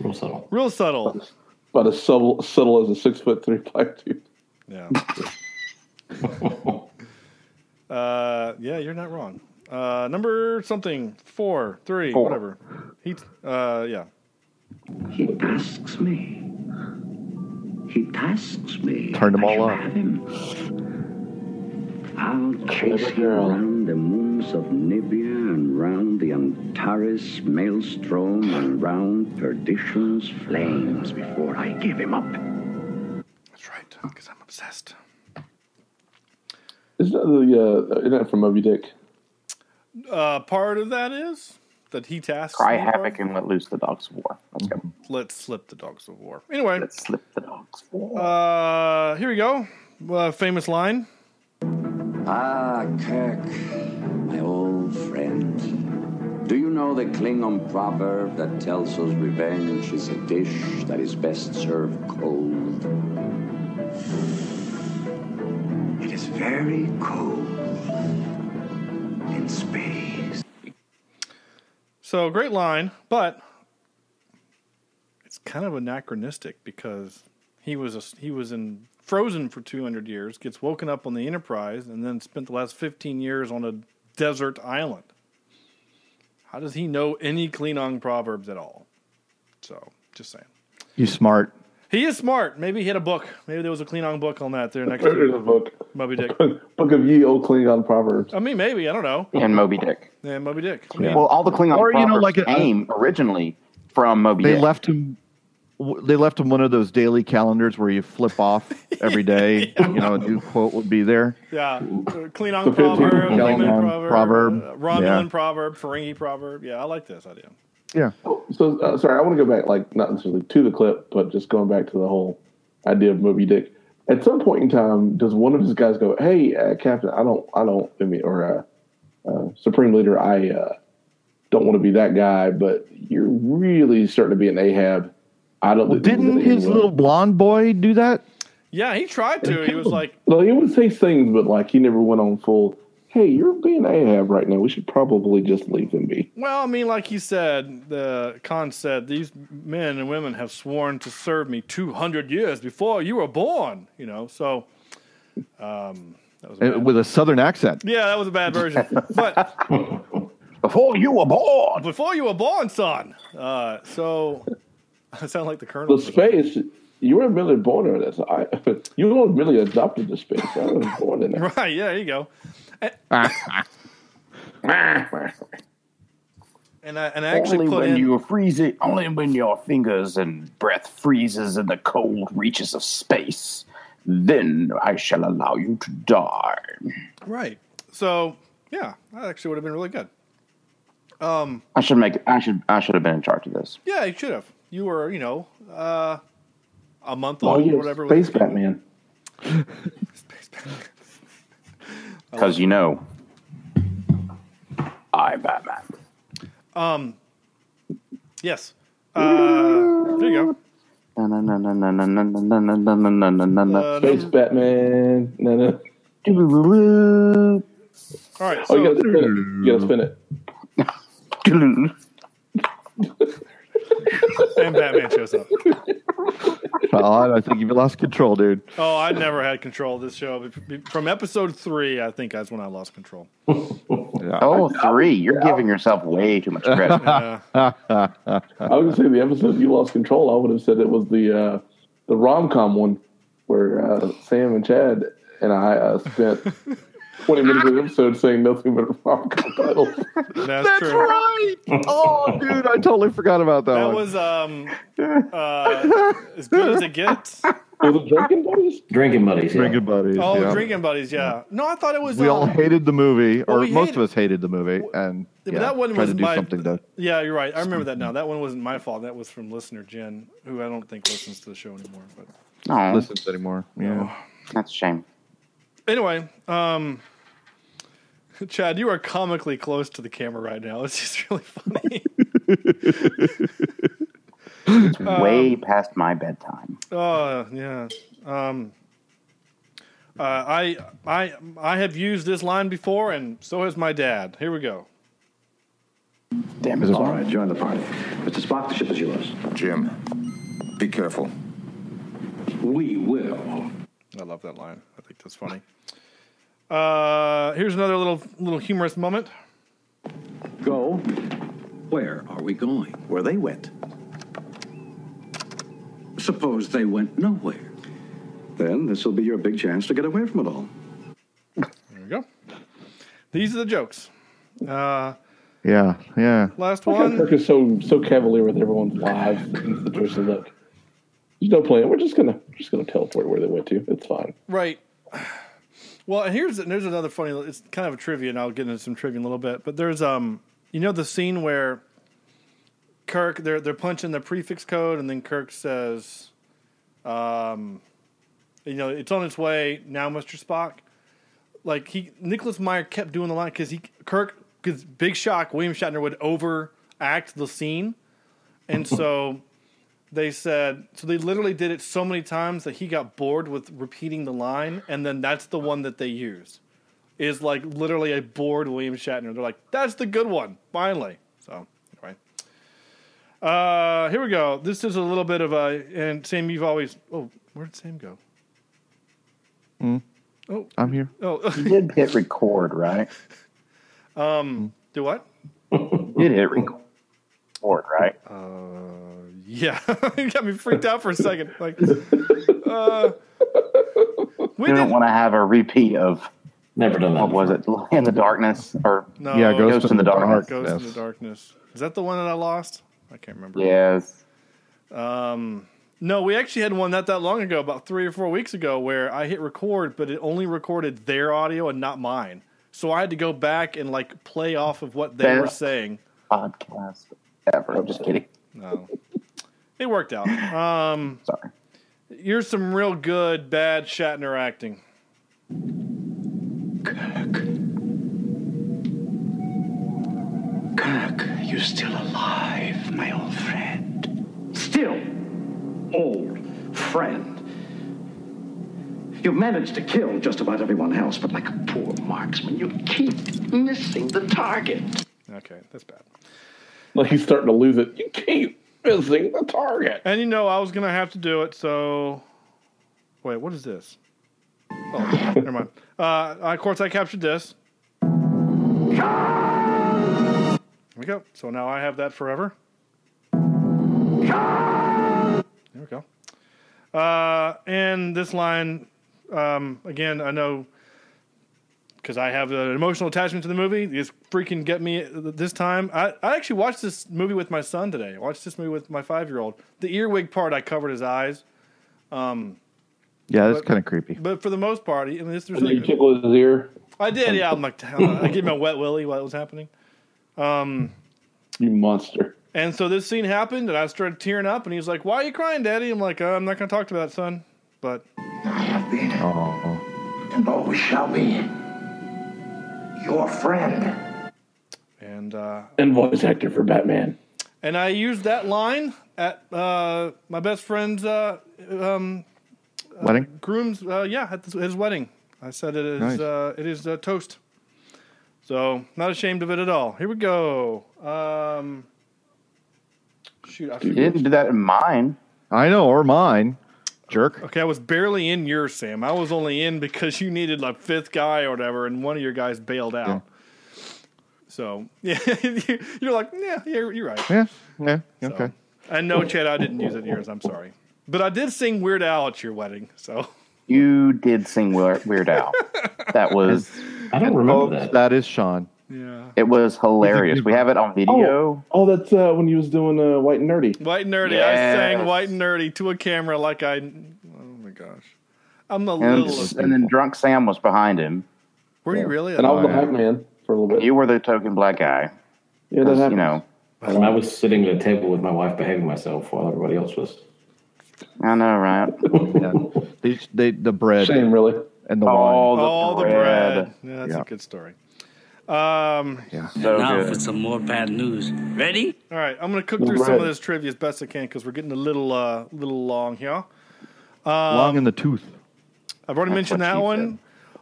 S11: real subtle.
S6: Real subtle.
S9: About as subtle, subtle as a six foot three black dude.
S6: Yeah. Uh, yeah, you're not wrong. Uh, number something four, three,
S15: Four.
S6: whatever. He, uh, yeah.
S1: He tasks me. He tasks me.
S7: Turn them
S1: I
S7: all
S1: shall
S7: up.
S1: Have him. I'll chase him round the moons of Nibia and round the Antares maelstrom and round perdition's flames before I give him up.
S6: That's right, because I'm obsessed.
S9: Isn't that the uh, isn't that from Moby Dick?
S6: Uh, part of that is that he tasks.
S8: Cry
S6: me part-
S8: havoc and let loose the dogs of war. Let's
S7: Mm-hmm.
S8: go.
S6: Let's slip the dogs of war. Anyway,
S8: Let's slip the dogs.
S6: uh, here we go. Uh, famous line.
S1: Ah, Kirk, my old friend. Do you know the Klingon proverb that tells us revenge is a dish that is best served cold? It is very cold in space.
S6: So great line, but it's kind of anachronistic because he was a, he was in frozen for 200 years, gets woken up on the Enterprise, and then spent the last 15 years on a desert island. How does he know any Klingon proverbs at all? So just saying,
S7: You smart.
S6: he is smart. Maybe he had a book. Maybe there was a Klingon book on that there next
S9: There's a
S6: to
S9: book.
S6: Moby Dick.
S9: Book of Ye Old Klingon Proverbs.
S6: I mean, maybe I don't know.
S8: And Moby Dick.
S6: Yeah, Moby Dick. I mean,
S8: Well, all the Klingon
S7: Or, you know,
S8: proverbs
S7: like a-
S8: came originally from Moby
S7: They
S8: Dick.
S7: left him. w- They left him one of those daily calendars where you flip off every day. You know, a new quote would be there.
S6: Yeah, Klingon
S7: The 15
S6: proverb,
S7: Klingon
S6: Roman proverb,
S7: proverb,
S6: uh, Romulan
S7: yeah.
S6: proverb, Ferengi proverb. Yeah, I like this idea.
S7: Yeah.
S9: So uh, sorry, I want to go back, like not necessarily to the clip, but just going back to the whole idea of Moby Dick. At some point in time, does one of his guys go, "Hey, uh, Captain, I don't, I don't, I mean, or uh, uh, Supreme Leader, I uh, don't want to be that guy, but you're really starting to be an Ahab. I don't."
S7: Well,
S9: think this is
S7: didn't
S9: gonna end
S7: his
S9: well."
S7: little blonde boy do that?
S6: Yeah, he tried to. He was like,
S9: Well, he would say things, but like he never went on full. Hey, you're being Ahab right now. We should probably just leave him be.
S6: well, I mean, like you said, the Khan said, these men and women have sworn to serve me 200 years before you were born, you know, so um, that was a
S7: Uh,
S6: bad-
S7: With a southern accent.
S6: Yeah, that was a bad version. But
S7: Before you were born.
S6: before you were born, son. Uh, so I sound like the Colonel.
S9: The space, you weren't really born in this. I, you weren't really adopted to space. I was born in it.
S6: Right, yeah, there you go. And I, and I actually
S8: only
S6: put
S8: when
S6: in,
S8: you freeze it, only when your fingers and breath freezes in the cold reaches of space, then I shall allow you to die.
S6: Right. So yeah, that actually would have been really good. Um.
S8: I should make. I should. I should have been in charge of this.
S6: Yeah, you should have. You were, you know, uh, a month
S9: Oh,
S6: old
S9: yeah,
S6: or whatever.
S9: space Batman.
S8: Because you know, I Batman.
S6: Um. Yes. Uh, there you
S8: Na, na, na, na, na, na, na, na, na, na, na, na, na, na.
S9: Space Batman. No, no.
S8: Doo-doo-doo-doo.
S6: go. All right.
S9: Oh,
S6: So,
S9: you gotta spin it. You gotta spin it.
S8: Doo-doo-doo.
S6: and Batman shows up.
S7: Todd, I think you've lost control, dude.
S6: Oh, I never had control of this show. But be- From episode three, I think that's when I lost control.
S8: Oh, three. You're giving yourself way too much credit.
S6: Yeah.
S9: I would say the episode you lost control. I would have said it was the uh, the rom com one where uh, Sam and Chad and I uh, spent twenty minutes of the episode saying nothing but rom com titles.
S6: That's,
S7: That's
S6: true.
S7: right. Oh, dude, I totally forgot about that,
S6: That
S7: one.
S6: was um, uh, as good as it gets.
S9: Was it Drinking Buddies?
S11: Drinking buddies. yeah.
S7: Drinking buddies.
S6: Oh,
S7: yeah.
S6: drinking buddies. Yeah. No, I thought it was.
S7: We all
S6: um,
S7: hated the movie,
S6: well,
S7: or
S6: we
S7: most
S6: hated-
S7: of us hated the movie, and
S6: but
S7: yeah,
S6: that one
S7: tried
S6: was
S7: to do
S6: my-
S7: something to.
S6: Yeah, you're right. I remember that now. That one wasn't my fault. That was from listener Jen, who I don't think listens to the show anymore. But
S8: No,
S7: listens anymore. Yeah.
S8: that's a shame.
S6: anyway, um, Chad, you are comically close to the camera right now. It's just really funny.
S8: It's
S6: Um,
S8: way past my bedtime.
S6: Oh yeah. Um, uh, I I I have used this line before, and so has my dad. Here we go.
S8: Damn
S1: It's all right. Join the party. Mr. Spock, the ship is yours.
S17: Jim, be careful.
S1: We will.
S6: I love that line. I think that's funny. Uh, here's another little little humorous moment.
S1: Go. Where are we going? Where they went. Suppose they went nowhere. Then this will be your big chance to get away from it all.
S6: There we go. These are the jokes. Uh,
S7: Yeah, yeah.
S6: last
S9: Why
S6: one.
S9: Kirk is so so cavalier with everyone's lives and situations. Look, there's no plan. We're just gonna just gonna teleport where they went to. It's fine.
S6: Right. Well, and here's and there's another funny. It's kind of a trivia, and I'll get into some trivia in a little bit. But there's um, you know, the scene where Kirk they're they're punching the prefix code, and then Kirk says, um, you know, it's on its way now, Mister Spock. Like he Nicholas Meyer kept doing the line because he Kirk because Big Shock William Shatner would overact the scene, and so they said so they literally did it so many times that he got bored with repeating the line and then that's the one that they use is like literally a bored william shatner they're like that's the good one finally so anyway uh here we go this is a little bit of a and sam you've always oh where did sam go
S7: Mm.
S6: Oh.
S7: I'm here.
S8: You
S6: oh
S8: did hit record, right?
S6: um do what
S8: You did hit record, right?
S6: yeah you got me freaked out for a second like uh we
S8: you
S6: did
S8: don't want to have a repeat of
S11: never done that.
S8: What was it? In the darkness or
S6: No.
S7: Yeah, Ghost, in the, dark.
S6: Ghost in the Darkness. Is that the one that I lost? I can't remember.
S8: Yes.
S6: Um, no, we actually had one not that long ago, about three or four weeks ago, where I hit record, but it only recorded their audio and not mine. So I had to go back and like play off of what they were
S8: Best.
S6: saying.
S8: podcast ever. I'm just kidding.
S6: No, it worked out. Um,
S8: Sorry.
S6: Here's some real good bad Shatner acting.
S1: Kirk, you're still alive, my old friend. Still old friend. You've managed to kill just about everyone else, but like a poor marksman, you keep missing the target.
S6: Okay, that's bad.
S9: Like he's starting to lose it. You keep missing the target.
S6: And you know I was gonna have to do it, so wait, what is this? Oh, never mind. Uh, of course, I captured this. There we go. So now I have that forever. There we go. Uh, and this line, um, again, I know because I have an emotional attachment to the movie. Just freaking get me this time. I, I actually watched this movie with my son today. I watched this movie with my five year old. The earwig part, I covered his eyes. Um,
S7: Yeah, that's kind of creepy.
S6: but for the most part, I mean, this, there's
S9: And you
S6: like,
S9: tickle his ear.
S6: I did, yeah. I'm like, I gave him a wet willy while it was happening. Um,
S9: You monster.
S6: and so this scene happened, and I started tearing up, and he's like, "Why are you crying, Daddy?" I'm like, uh, "I'm not going to talk about it, son." But
S7: Oh,
S9: Uh-huh.
S1: And always shall be your friend.
S6: and uh,
S9: And voice actor for Batman.
S6: and I used that line at uh, my best friend's uh, um,
S7: wedding.
S6: groom's uh, yeah at his, his wedding. I said it is
S7: Nice.
S6: uh, it is uh, toast. So not ashamed of it at all. Here we go. Um, Shoot, I
S8: You didn't do that in mine.
S7: I know, or mine. Jerk.
S6: Okay, I was barely in yours, Sam. I was only in because you needed a fifth guy or whatever, and one of your guys bailed out. So yeah, you- you're like, yeah, you're, you're right.
S7: Yeah. Yeah. Okay.
S6: And Uh, no, Chad, I didn't use it in yours. I'm sorry, but I did sing Weird Al at your wedding. So
S8: You did sing Weir- Weird Al. that was.
S11: I don't remember
S8: Oh,
S11: that.
S7: That is Sean.
S6: yeah,
S8: It was hilarious. We have it on video.
S9: Oh, oh, that's uh, when you was doing uh, White and Nerdy.
S6: white and nerdy. I sang
S9: Yes.
S6: white and nerdy to a camera like I. Oh my gosh, I'm a
S8: And,
S6: little.
S8: and then Drunk Sam was behind him.
S6: Were you really?
S9: And I was the hype man for a little bit.
S8: You were the token black guy.
S9: Yeah,
S8: Because,
S9: that
S8: You
S9: happened.
S8: know,
S11: And I was sitting at a table with my wife, behaving myself while everybody else was.
S8: I know, right?
S7: They, they, the bread
S9: Shame, really.
S7: and the
S8: All
S7: wine.
S8: the
S6: All the bread.
S8: bread.
S6: Yeah, that's
S7: Yeah.
S6: a good story. Um,
S7: Yeah.
S8: So
S18: now
S8: good.
S18: for some more bad news. Ready?
S6: All right, I'm going to cook
S9: All
S6: through some of
S9: right.
S6: this trivia as best I can because we're getting a little uh, little long here.
S7: Long in the tooth.
S6: I've already mentioned
S8: what
S6: that
S8: she
S6: one.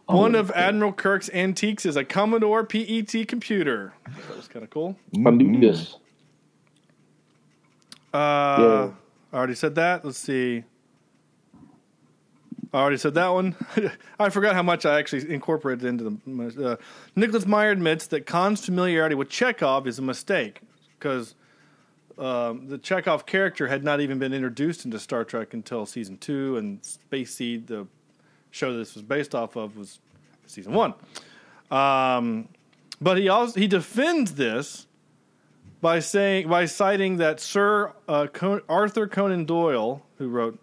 S6: One of Admiral Kirk's antiques is a Commodore PET computer. That was kind of cool.
S9: I knew this.
S6: Uh, I already said that. Let's see. I already said that one. I forgot how much I actually incorporated into the. Uh, Nicholas Meyer admits that Khan's familiarity with Chekhov is a mistake because um, the Chekhov character had not even been introduced into Star Trek until season two, and Space Seed, the show this was based off of, was season one. Um, but he also he defends this by saying by citing that Sir uh, Con- Arthur Conan Doyle, who wrote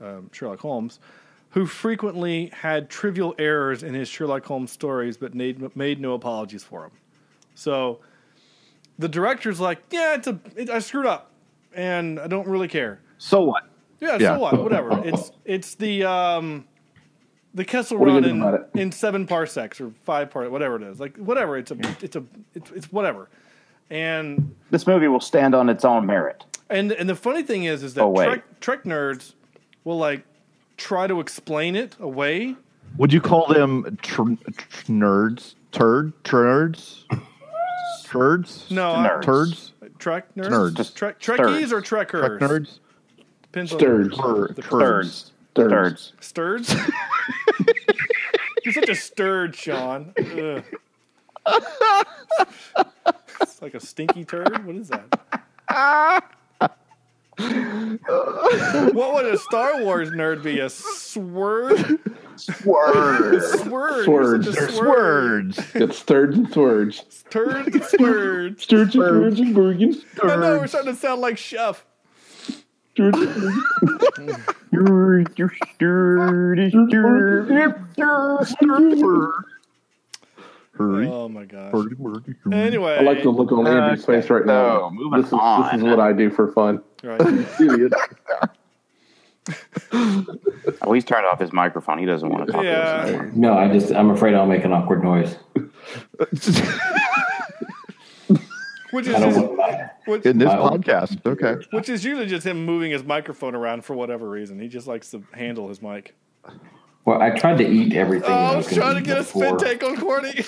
S6: um, Sherlock Holmes, who frequently had trivial errors in his Sherlock Holmes stories, but made, made no apologies for them. So the director's like, "Yeah, it's a it, I screwed up, and I don't really care."
S7: So what?
S6: Yeah,
S7: Yeah.
S6: so what? Whatever. It's it's the um the Kessel
S9: What are you
S6: Run
S9: gonna do
S6: in,
S9: about it?
S6: in seven parsecs or five part, whatever it is. Like whatever. It's a it's a it's, it's whatever. And
S8: This movie will stand on its own merit.
S6: and and the funny thing is, is that
S8: Oh, wait.
S6: Trek, Trek nerds will like try to explain it away.
S7: Would you call them tr- tr- nerds? Turd? Turds? Turds?
S6: No, I-
S8: Nerds.
S7: Turds?
S6: Trek nerds,
S7: Nerds.
S6: Just Trek,
S8: Sturds.
S6: Trekkies or Trekkers?
S7: Trek nerds?
S6: Depends on
S9: Sturds.
S7: Tur-
S6: The-
S7: turds.
S8: Thirds.
S6: Sturds. You're such a sturd, Sean. Ugh. it's like a stinky turd. What is that? what would a Star Wars nerd be? A swerd?
S7: Swerds.
S6: Swerd. You're
S9: Swerd.
S6: such
S7: They're
S6: a swerd.
S7: swerds.
S9: It's thirds and swords.
S6: Turds and swerds.
S9: Sturgeon, Sturgeon, Bergen.
S6: I know we're starting to sound like Chef.
S9: Sturgeon.
S8: You're, you're, you're, you're,
S7: Hurry.
S6: Oh my gosh.
S7: Hurry, hurry, hurry.
S6: Anyway,
S9: I like the look on Andy's
S8: Okay,
S9: face right now.
S8: so, moving
S9: this, is,
S8: on.
S9: this is what I do for fun.
S6: right.
S9: Idiot.
S8: Oh, he's turned off his microphone. He doesn't want to talk to us.
S6: yeah.
S11: No, I just I'm afraid I'll make an awkward noise.
S6: Which is
S11: I don't
S6: just,
S11: want my,
S6: which,
S7: In this
S11: Wow.
S7: podcast. Okay.
S6: which is usually just him moving his microphone around for whatever reason. He just likes to handle his mic.
S11: Well, I tried to eat everything.
S6: Oh,
S11: that
S6: I was
S11: gonna
S6: trying to
S11: eat
S6: get a spin
S11: before.
S6: take on Courtney.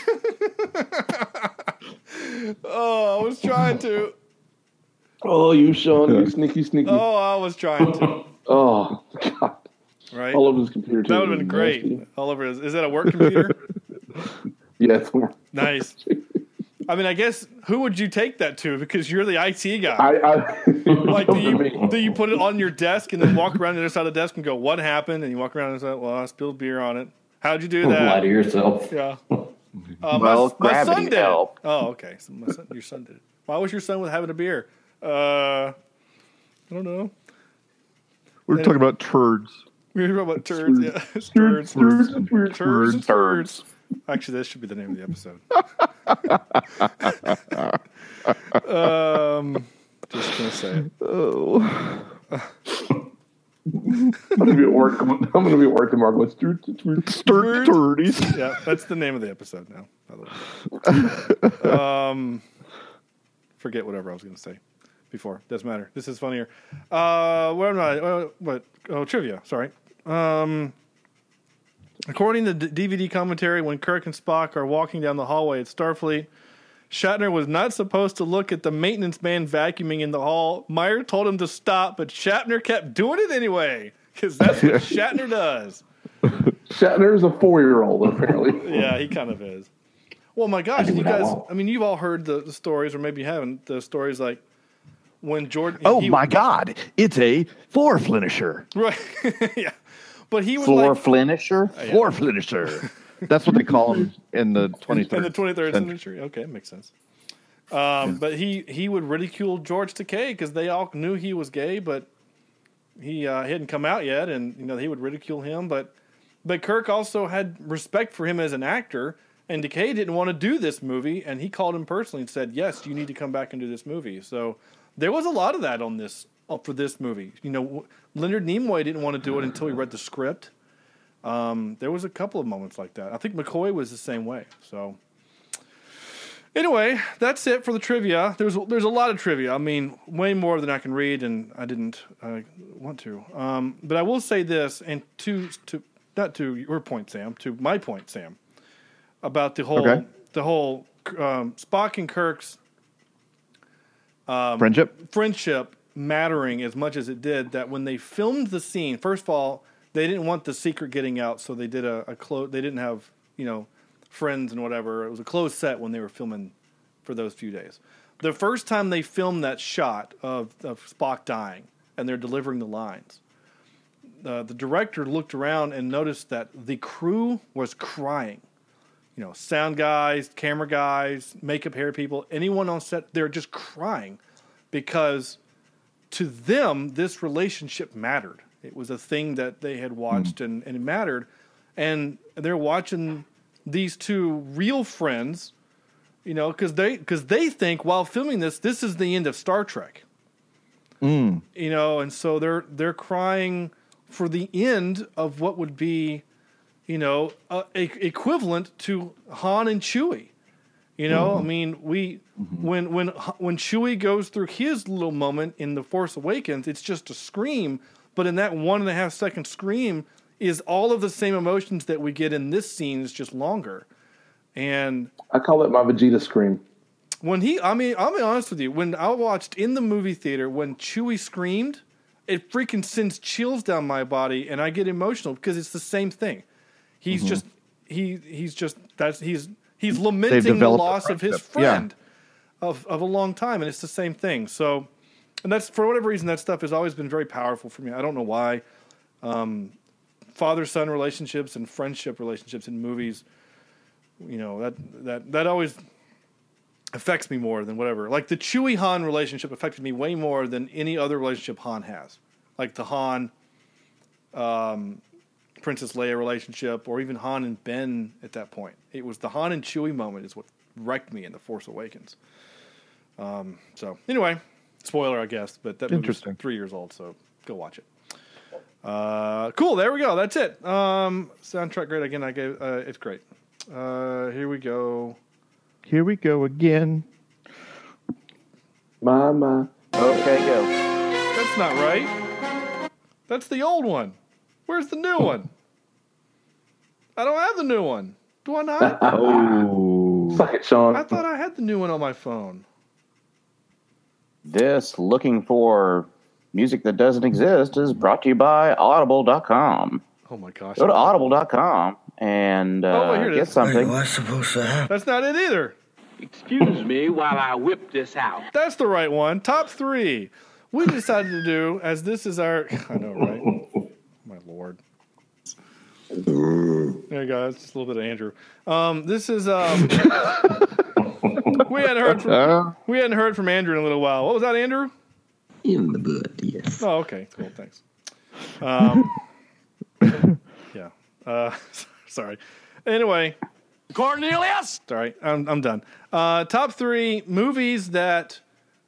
S6: oh, I was trying to.
S9: Oh, you, Sean, you sneaky, sneaky. Oh,
S6: Oh, I was trying to.
S9: God.
S6: Right.
S9: All over this computer, too.
S6: That would have been great.
S9: Nasty.
S6: All over his. Is that a work computer?
S9: Yeah, it's over.
S6: nice. I mean, I guess who would you take that to? Because you're the IT guy.
S9: I, I,
S6: Like, do you,
S9: Me.
S6: do you put it on your desk and then walk around the other side of the desk and go, "What happened?" And you walk around and say, "Well, I spilled beer on it." How'd you do
S11: Lie to
S6: that?
S11: yourself.
S6: Yeah. Uh, my-
S8: Well,
S6: my,
S8: gravity
S6: son did. it.
S8: helped.
S6: Oh, okay. So my son, your son did it. Why was your son with having a beer? Uh, I don't know.
S7: We're talking about turds.
S6: We were about turds. Yeah, turds,
S9: Sturds, sturds,
S6: turds,
S9: and weird.
S6: turds, and turds.
S8: Turds.
S6: Actually, that should be the name of the episode. um, just gonna say it.
S7: Oh.
S9: I'm going to be at work. I'm going to be at work tomorrow. going, Sturds, and weird.
S7: Sturd turdies.
S6: yeah, that's the name of the episode now. By the way, um, forget whatever I was going to say before. Doesn't matter. This is funnier. Uh, what am I? uh, What? Oh, trivia. Sorry. Um, according to the DVD commentary, when Kirk and Spock are walking down the hallway at Starfleet, Shatner was not supposed to look at the maintenance man vacuuming in the hall. Meyer told him to stop, but Shatner kept doing it anyway because that's what Shatner does.
S9: Shatner is a four year old, apparently.
S6: yeah, he kind of is. Well, my gosh, you guys, I mean, you've all heard the, the stories, or maybe you haven't, the stories like when Jordan.
S7: Oh my God, it's a floor finisher.
S6: Right. yeah. But he was
S8: Floor
S6: like,
S8: finisher?
S6: Oh, Yeah.
S7: Floor finisher. That's what they call him in the 23rd.
S6: in the 23rd
S7: century.
S6: century. Okay, makes sense. Um, But he he would ridicule George Takei because they all knew he was gay, but he uh, he hadn't come out yet, and you know he would ridicule him. But but Kirk also had respect for him as an actor, and Takei didn't want to do this movie, and he called him personally and said, "Yes, you need to come back and do this movie." So there was a lot of that on this uh, for this movie. You know, w- Leonard Nimoy didn't want to do it until he read the script. Um, there was a couple of moments like that. I think McCoy was the same way. So anyway, that's it for the trivia. There's there's a lot of trivia. I mean, way more than I can read, and I didn't uh, want to. Um, but I will say this, and to to not to your point, Sam, to my point, Sam, about the whole
S7: Okay.
S6: the whole um, Spock and Kirk's um,
S7: Friendship?
S6: friendship mattering as much as it did that when they filmed the scene first of all they didn't want the secret getting out so they did a, a close they didn't have you know friends and whatever it was a closed set when they were filming for those few days the first time they filmed that shot of, of spock dying and they're delivering the lines uh, the director looked around and noticed that the crew was crying you know, sound guys, camera guys, makeup hair people, anyone on set, they're just crying because to them, this relationship mattered. It was a thing that they had watched and, and it mattered. And they're watching these two real friends, you know, because they, cause they think while filming this, this is the end of Star Trek
S7: Mm.
S6: you know, and so they're they're crying for the end of what would be, you know, uh, e- equivalent to Han and Chewie. You know, I mean, we when when when Chewie goes through his little moment in the Force Awakens, it's just a scream, but in that one and a half second scream is all of the same emotions that we get in this scene. It's just longer, and
S9: I call it my Vegeta scream.
S6: when he, I mean, I'll be honest with you. When I watched in the movie theater, when Chewie screamed, it freaking sends chills down my body, and I get emotional because it's the same thing. He's
S7: Mm-hmm.
S6: just he he's just that's he's he's lamenting the
S7: developed a
S6: loss of his
S7: friendship, yeah.
S6: friend of of a long time, and it's the same thing. So, and that's for whatever reason that stuff has always been very powerful for me. I don't know why. Um, Father son relationships and friendship relationships in movies, you know that that that always affects me more than whatever. Like the Chewie Han relationship affected me way more than any other relationship Han has. Like the Han um, Princess Leia relationship, or even Han and Ben at that point. It was the Han and Chewie moment is what wrecked me in The Force Awakens. Um, so anyway, spoiler, I guess, but that movie's
S7: Interesting.
S6: three years old, so go watch it. Uh, cool. There we go. That's it. Um, soundtrack great again. I gave uh, it's great. Uh, here we go.
S7: Here we go again.
S9: My, my.
S8: Okay, go.
S6: That's not right. That's the old one. Where's the new one? I don't have the new one. Do I not?
S7: Oh.
S9: Suck it, Sean.
S6: I thought I had the new one on my phone.
S8: This looking for music that doesn't exist is brought to you by Audible.com.
S6: Oh my gosh.
S8: Go to Audible.com and uh,
S6: Oh, wait, here it
S8: get
S6: is.
S8: something.
S18: supposed to happen?
S6: That's not it either.
S18: Excuse me while I whip this out.
S6: That's the right one. Top three. We decided to do as this is our. I know, right? My lord. There you go. That's just a little bit of Andrew. Um, this is um. we hadn't heard
S9: Uh,
S6: from we hadn't heard from Andrew in a little while. What was that, Andrew?
S18: In the bud, yes.
S6: Oh, okay. Cool. Thanks. Um, yeah. Uh, sorry. Anyway,
S18: Cornelius!
S6: sorry. I'm, I'm done. Uh, top three movies that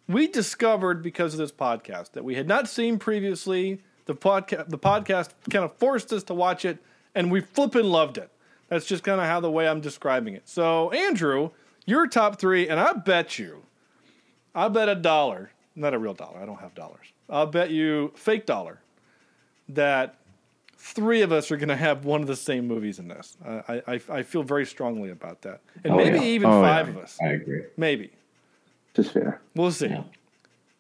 S6: we discovered because of this podcast that we had not seen previously. The podcast, the podcast kind of forced us to watch it, and we flippin' loved it. That's just kind of how the way I'm describing it. So, Andrew, your top three, and I bet you, I bet a dollar, not a real dollar. I don't have dollars. I'll bet you fake dollar that three of us are going to have one of the same movies in this. I, I, I feel very strongly about that. And
S11: Oh,
S6: maybe
S11: yeah.
S6: even
S11: Oh,
S6: five
S11: yeah.
S6: of us.
S11: I agree.
S6: Maybe.
S9: Just fair.
S6: We'll see.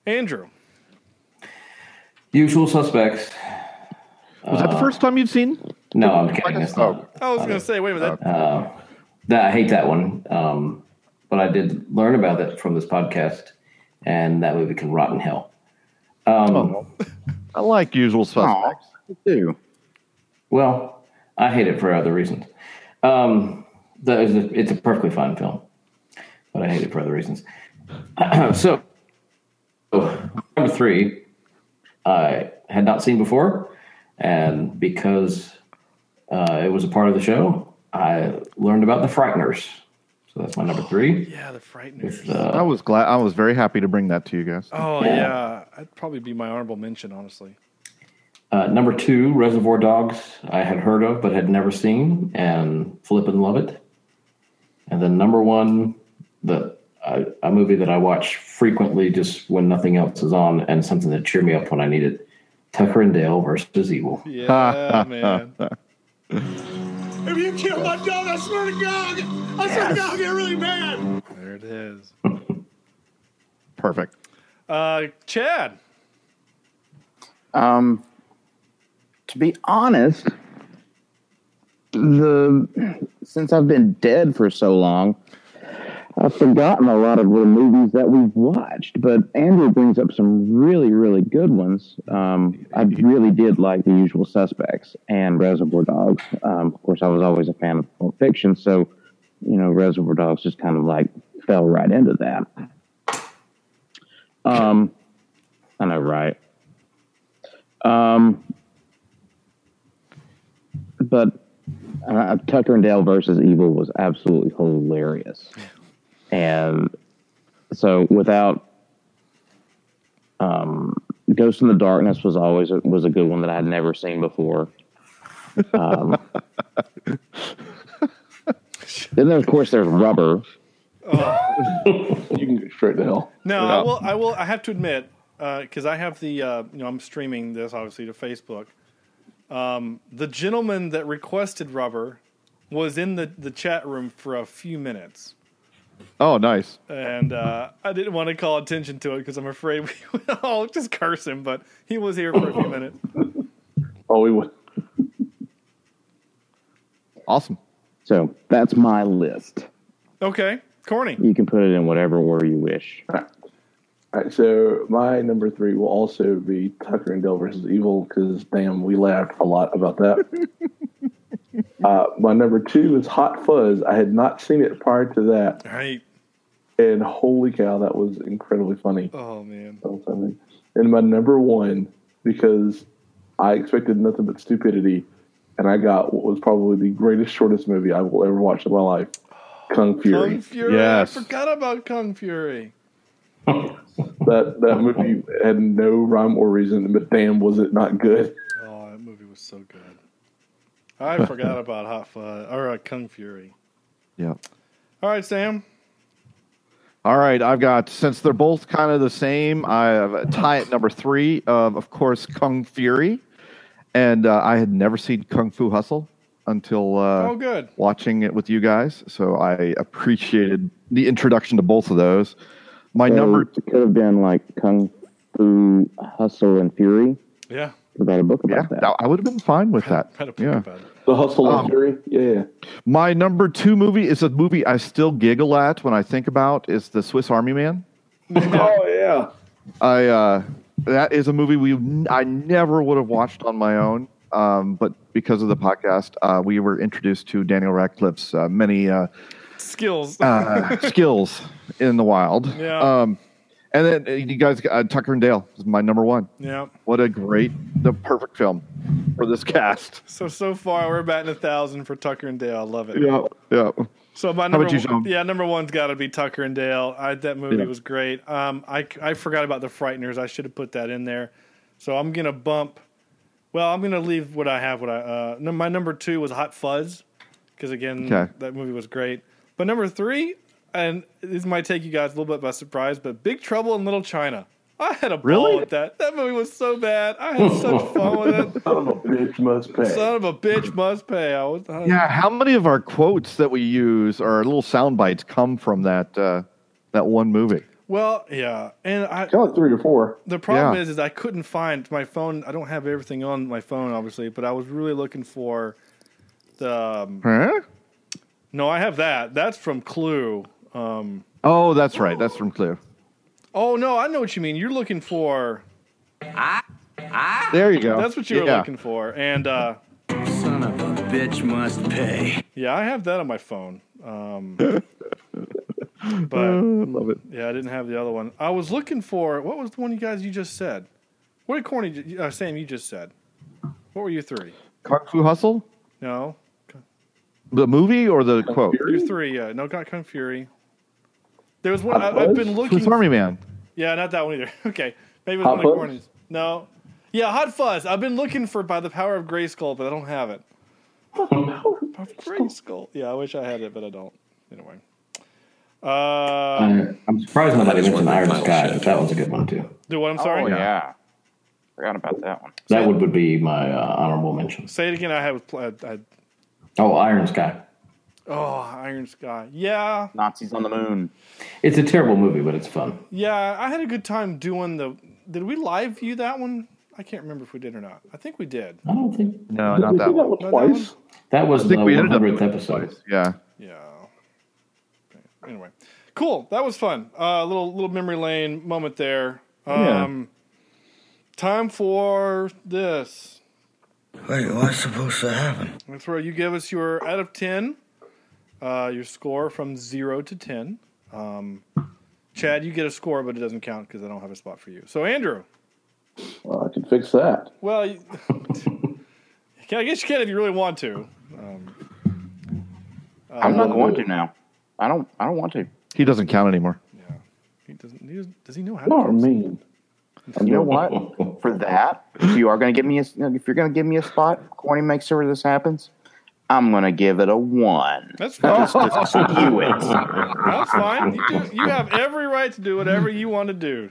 S6: Andrew.
S11: Usual suspects.
S7: Was that the
S11: Uh,
S7: first time you've seen?
S11: No, I'm kidding. It's not.
S6: I was going to say, wait a minute. that-
S11: Uh, that I hate that one, um, but I did learn about that from this podcast, and that movie can rot in hell. Um,
S7: I like Usual Suspects.
S11: do. Well, I hate it for other reasons. Um, that is a, it's a perfectly fine film, but I hate it for other reasons. so, number three, I had not seen before, and because uh, it was a part of the show, I learned about the Frighteners. So that's my number three.
S6: Yeah, the frighteners.
S11: With,
S7: I
S11: uh,
S7: was glad. I was very happy to bring that to you guys.
S6: Oh,
S11: Yeah.
S6: yeah. That'd probably be my honorable mention, honestly.
S11: Uh, number two, Reservoir Dogs, I had heard of but had never seen, and flip and love it. And then number one, the uh, a movie that I watch frequently just when nothing else is on, and something that cheered me up when I need it: Tucker and Dale versus Evil.
S6: Yeah, man.
S18: If you kill my dog, I swear to God, I swear to God, I'll get really mad.
S6: There it is.
S7: Perfect.
S6: Uh, Chad.
S8: Um, to be honest, the since I've been dead for so long, I've forgotten a lot of the movies that we've watched. But Andrew brings up some really, really good ones. Um, I really did like The Usual Suspects and Reservoir Dogs. Um, of course, I was always a fan of pulp fiction, so you know Reservoir Dogs just kind of like fell right into that. Um, I know, right? Um, but uh, Tucker and Dale versus Evil was absolutely hilarious, and so without um, Ghost in the Darkness was always a, was a good one that I had never seen before. Um, then there, of course, there's Rubber.
S9: you can go straight to hell.
S6: No, I will. I will. I have to admit, because I have the, uh, you know, I'm streaming this obviously to Facebook. Um, the gentleman that requested rubber was in the, the chat room for a few minutes,
S7: Oh, nice.
S6: and uh, I didn't want to call attention to it because I'm afraid we would all just curse him. But he was here for a few minutes.
S9: Oh, we would.
S7: Awesome.
S8: So that's my list.
S6: Okay, corny.
S8: You can put it in whatever order you wish.
S9: All right, so my number three will also be Tucker and Dale versus Evil because damn, we laughed a lot about that. uh, my number two is Hot Fuzz. I had not seen it prior to that,
S6: Right.
S9: and holy cow, that was incredibly funny.
S6: Oh man.
S9: That was funny. And my number one because I expected nothing but stupidity, and I got what was probably the greatest, shortest movie I will ever watch in my life, Kung Fury.
S6: Kung Fury. I forgot about Kung Fury.
S9: that that movie had no rhyme or reason, but damn, was it not good?
S6: Oh, that movie was so good. I forgot about Hot Fuzz or uh, Kung Fury.
S7: Yeah.
S6: All right, Sam.
S7: All right, I've got since they're both kind of the same. I have a tie at number three of, of course, Kung Fury, and uh, I had never seen Kung Fu Hustle until uh,
S6: Oh, good.
S7: watching it with you guys. So I appreciated the introduction to both of those. My
S8: So
S7: number,
S8: it could have been like Kung Fu Hustle and Fury.
S6: Yeah.
S8: About a book about
S7: yeah,
S8: that.
S7: I would have been fine with that. yeah.
S9: The Hustle
S7: Oh.
S9: and Fury, yeah.
S7: My number two movie is a movie I still giggle at when I think about is the Swiss Army Man.
S9: oh yeah,
S7: I uh, that is a movie we I never would have watched on my own, um, but because of the podcast, uh, we were introduced to Daniel Radcliffe's uh, many uh,
S6: Skills.
S7: uh, skills in the wild.
S6: Yeah.
S7: Um, and then uh, you guys, uh, Tucker and Dale is my number one.
S6: yeah.
S7: What a great, the perfect film for this cast.
S6: So so far we're batting a thousand for Tucker and Dale. I love it.
S7: Yeah, yeah.
S6: So my
S7: How
S6: number
S7: about you,
S6: one,
S7: Sean?
S6: yeah, number one's got to be Tucker and Dale. I, that movie
S7: Yeah.
S6: was great. Um, I I forgot about the Frighteners. I should have put that in there. So I'm gonna bump. Well, I'm gonna leave what I have. What I uh, no, my number two was Hot Fuzz because again
S7: Okay.
S6: that movie was great. But number three, and this might take you guys a little bit by surprise, but Big Trouble in Little China. I had a ball
S7: Really?
S6: with that. That movie was so bad. I had such fun with it.
S9: Son of a bitch must pay.
S6: Son of a bitch must pay. I was, uh, I-
S7: Yeah, how many of our quotes that we use or our little sound bites come from that uh, that one movie?
S6: Well, yeah, and I
S9: Got like three or four.
S6: The problem
S7: Yeah.
S6: is, is I couldn't find my phone. I don't have everything on my phone, obviously, but I was really looking for the. Um,
S7: Huh?
S6: No, I have that. That's from Clue. Um,
S7: Oh, that's right. That's from Clue.
S6: oh no, I know what you mean. You're looking for.
S7: There you go.
S6: That's what you were
S7: Yeah.
S6: looking for, and uh,
S16: Son of a bitch must pay.
S6: yeah, I have that on my phone. Um,
S7: Uh, I
S6: but
S7: love it.
S6: yeah, I didn't have the other one. I was looking for what was the one you guys you just said? What did Corny uh, Sam you just said? What were you three?
S7: Kung Fu Hustle,
S6: No,
S7: the movie or the quote?
S6: You're three, yeah. No, got Kung Fury. There was one
S7: Hot
S6: I, I've
S7: Fuzz?
S6: been looking.
S7: Swiss Army Man.
S6: Yeah, not that one either. Okay, maybe it was
S7: Hot
S6: one of
S7: Fuzz?
S6: Corny's. No, yeah, Hot Fuzz. I've been looking for by the power of Grayskull, but I don't have it. Grayskull. Yeah, I wish I had it, but I don't. Anyway. Uh,
S11: I, I'm surprised nobody
S6: just
S11: mentioned
S6: wondered
S11: Iron
S6: if
S11: Sky. but That was a good one too.
S6: do what? I'm sorry.
S11: Oh, yeah.
S8: Forgot about that one.
S11: That would, would be my uh, honorable mention.
S6: Say it again. I have. I, I,
S11: Oh, Iron Sky.
S6: oh, Iron Sky. Yeah,
S8: Nazis on the moon.
S11: It's a terrible movie, but it's fun.
S6: yeah. I had a good time doing the. Did we live view that one? I can't remember if we did or not. I think we did.
S11: I don't think
S7: No,
S11: Did
S7: not
S11: we
S7: that
S11: do
S7: one.
S11: that
S6: Not that one?
S11: that was
S7: I think
S11: the
S7: we ended up
S11: 100th
S7: doing
S11: episode.
S7: Yeah.
S6: Yeah. Okay, Anyway, cool. That was fun. Uh, little little memory lane moment there.
S18: Yeah.
S6: Um, Time for this.
S18: Wait, what's supposed to happen?
S6: That's where you give us your out of ten, uh, your score from zero to ten. Um, Chad, you get a score, but it doesn't count because I don't have a spot for you. So Andrew,
S9: Well, I can fix that.
S6: well, you, I guess you can if you really want to. Um,
S8: I'm
S6: uh,
S8: not going to now. I don't. I don't want to.
S7: He doesn't count anymore.
S6: He doesn't, he doesn't, does he know how?
S7: Oh,
S9: Not mean.
S8: You know what? For that, if you are going to give me a, if you're going to give me a spot, Corny makes sure this happens. I'm going to give it a one.
S6: That's
S8: Just to skew it.
S6: That's fine. You, do, you have every right to do whatever you want to do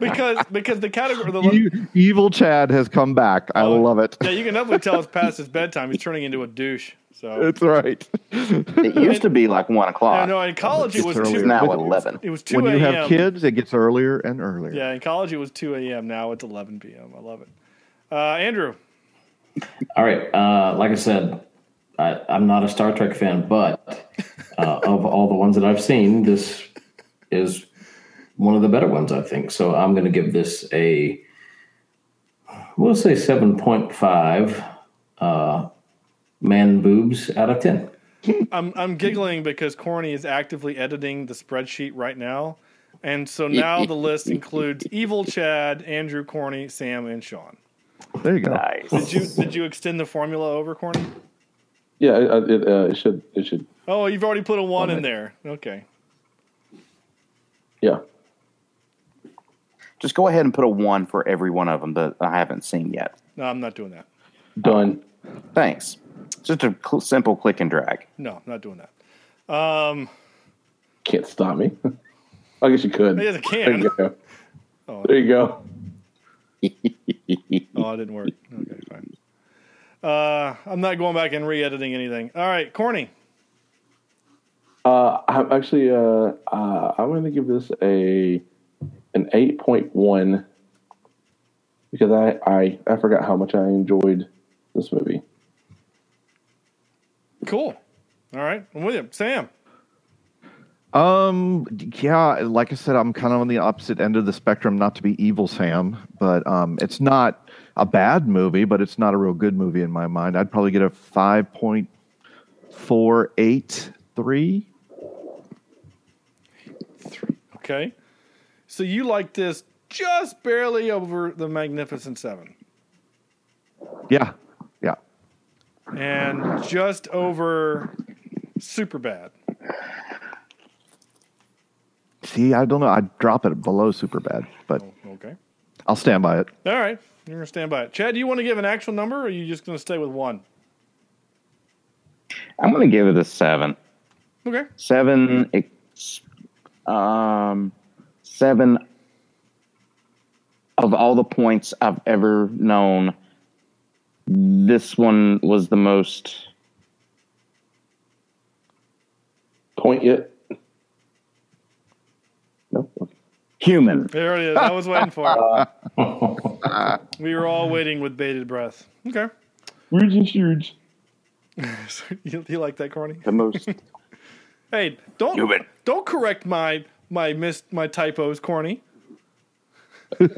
S6: because because the category the
S7: You- E-, evil Chad has come back. I love it.
S6: Oh, yeah you can definitely tell it's past his bedtime. He's turning into a douche. So
S7: That's right.
S8: It used to be like one
S6: I
S8: o'clock.
S6: know in college it
S7: It's
S6: was
S7: earlier.
S6: two,
S8: now
S6: it was-
S8: 11.
S6: It was two
S7: When you have
S6: a.m.
S7: kids, it gets earlier and earlier.
S6: Yeah, in college it was two a.m. Now it's eleven p.m. I love it. Uh, Andrew,
S11: All right. Uh, like I said, I, I'm not a Star Trek fan, but uh, of all the ones that I've seen, this is one of the better ones, I think. So I'm going to give this a, we'll say 7.5 uh, man boobs out of 10.
S6: I'm I'm giggling because Corny is actively editing the spreadsheet right now, and so now the list includes Evil Chad, Andrew, Corny, Sam, and Sean.
S7: There you go.
S6: Did you did you extend the formula over, Corny?
S9: Yeah, it, uh, it, uh, it should. It should.
S6: Oh, you've already put a one in there. Okay.
S9: Yeah.
S8: Just go ahead and put a one for every one of them that I haven't seen yet.
S6: No, I'm not doing that.
S9: Done.
S8: Thanks. Just a cl- simple click and drag.
S6: No, I'm not doing that. Um,
S9: Can't stop me. I guess you could.
S6: I guess I can.
S9: There you go.
S6: oh,
S9: There you go.
S6: oh, it didn't work. Okay, fine. Uh, I'm not going back and re-editing anything. All right, Corny.
S9: Uh, I'm actually. Uh, uh, I'm going to give this a an eight point one because I, I I forgot how much I enjoyed this movie.
S6: Cool. All right, I'm with you, Sam.
S7: Um, yeah, like I said, I'm kind of on the opposite end of the spectrum, not to be evil Sam, but um, it's not a bad movie, but it's not a real good movie in my mind. I'd probably get a 5.483.
S6: Okay. So you like this just barely over the Magnificent Seven,
S7: Yeah, yeah.
S6: and just over Super Bad.
S7: See, I don't know. I'd drop it below super bad, but
S6: Okay.
S7: I'll stand by it.
S6: All right, you're gonna stand by it. Chad, do you want to give an actual number, or are you just gonna stay with one?
S8: I'm going to give it a seven.
S6: Okay.
S8: Seven. ex- Um, seven of all the points I've ever known. This one was the most
S9: point yet. No, okay.
S8: human.
S6: There it is. I was waiting for it. we were all waiting with bated breath. Okay.
S9: Huge is huge.
S6: you, you like that, Corny?
S8: The most.
S6: hey, don't human. don't correct my my mis my typos, Corny. He's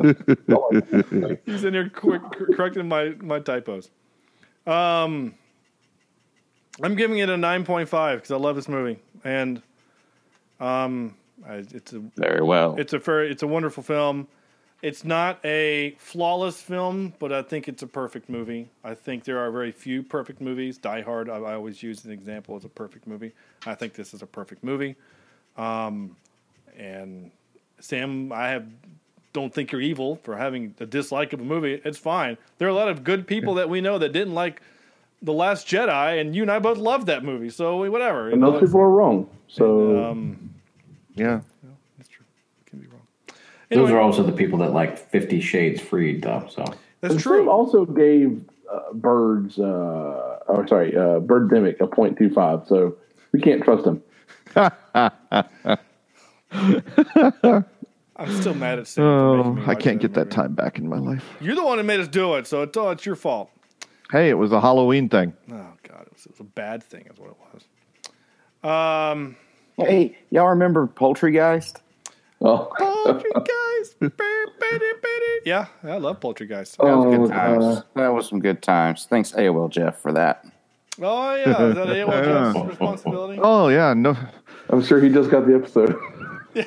S6: in here quick, correcting my my typos. Um, I'm giving it a 9.5 because I love this movie, and um, I, it's a
S8: very well.
S6: It's a very, it's a wonderful film. It's not a flawless film, but I think it's a perfect movie. I think there are very few perfect movies. Die Hard, I, I always use an example as a perfect movie. I think this is a perfect movie. Um, and Sam, I have don't think you're evil for having a dislike of a movie. It's fine. There are a lot of good people that we know that didn't like The Last Jedi, and you and I both loved that movie. So whatever.
S9: And those know, people are wrong. So and,
S7: um, yeah, no,
S6: that's true. It can be wrong.
S11: Anyway, those are also the people that like Fifty Shades Freed, though. So
S6: that's and true.
S9: also gave uh, Birds, uh, oh sorry, uh, Birdemic a point two five. So we can't trust him.
S6: I'm still mad at Sam. Oh,
S7: I can't get that movie. time back in my life.
S6: You're the one who made us do it, so it's, oh, it's your fault.
S7: Hey, it was a Halloween thing.
S6: Oh God, it was, it was a bad thing, is what it was. Um,
S8: hey, y'all remember Poltergeist?
S9: Oh,
S6: Poltergeist. yeah, I love Poltergeist.
S8: That
S7: Oh.
S8: was good times. Uh, that was some good times. Thanks AOL Jeff for that.
S6: Oh yeah, is that AOL Jeff's yeah. responsibility?
S7: Oh yeah, no.
S9: I'm sure he just got the episode.
S6: Yeah.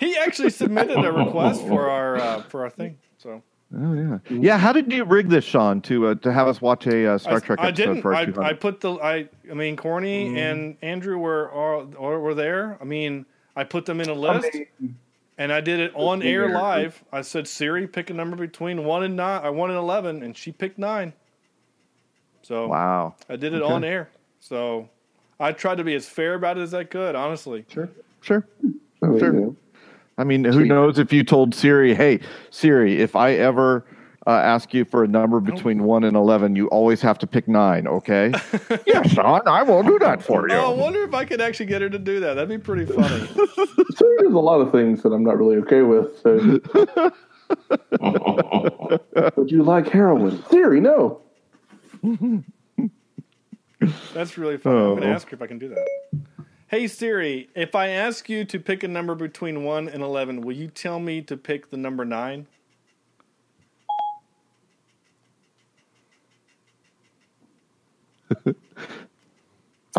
S6: he actually submitted a request for our uh, for our thing. So.
S7: Oh yeah, yeah. How did you rig this, Sean, to uh, to have us watch a uh, Star Trek
S6: I, I
S7: episode
S6: didn't.
S7: for
S6: I, I put the I. I mean, Corny
S7: Mm-hmm.
S6: mm. and Andrew were all, all, were there. I mean, I put them in a list, I mean, and I did it on air live. I said, Siri, pick a number between one and nine, or one and eleven, and she picked nine. So
S7: wow,
S6: I did it okay. on air. So I tried to be as fair about it as I could, honestly.
S7: Sure, sure, oh, sure. Yeah. I mean, who knows if you told Siri, "Hey Siri, if I ever uh, ask you for a number between one and eleven, you always have to pick nine, okay?" yes, Sean, I will do that for you.
S6: Oh, I wonder if I could actually get her to do that. That'd be pretty funny.
S9: Siri does a lot of things that I'm not really okay with. So. Would you like heroin, Siri? No.
S6: That's really funny. Oh. I'm going to ask her if I can do that. Hey Siri, if I ask you to pick a number between 1 and 11, will you tell me to pick the number 9?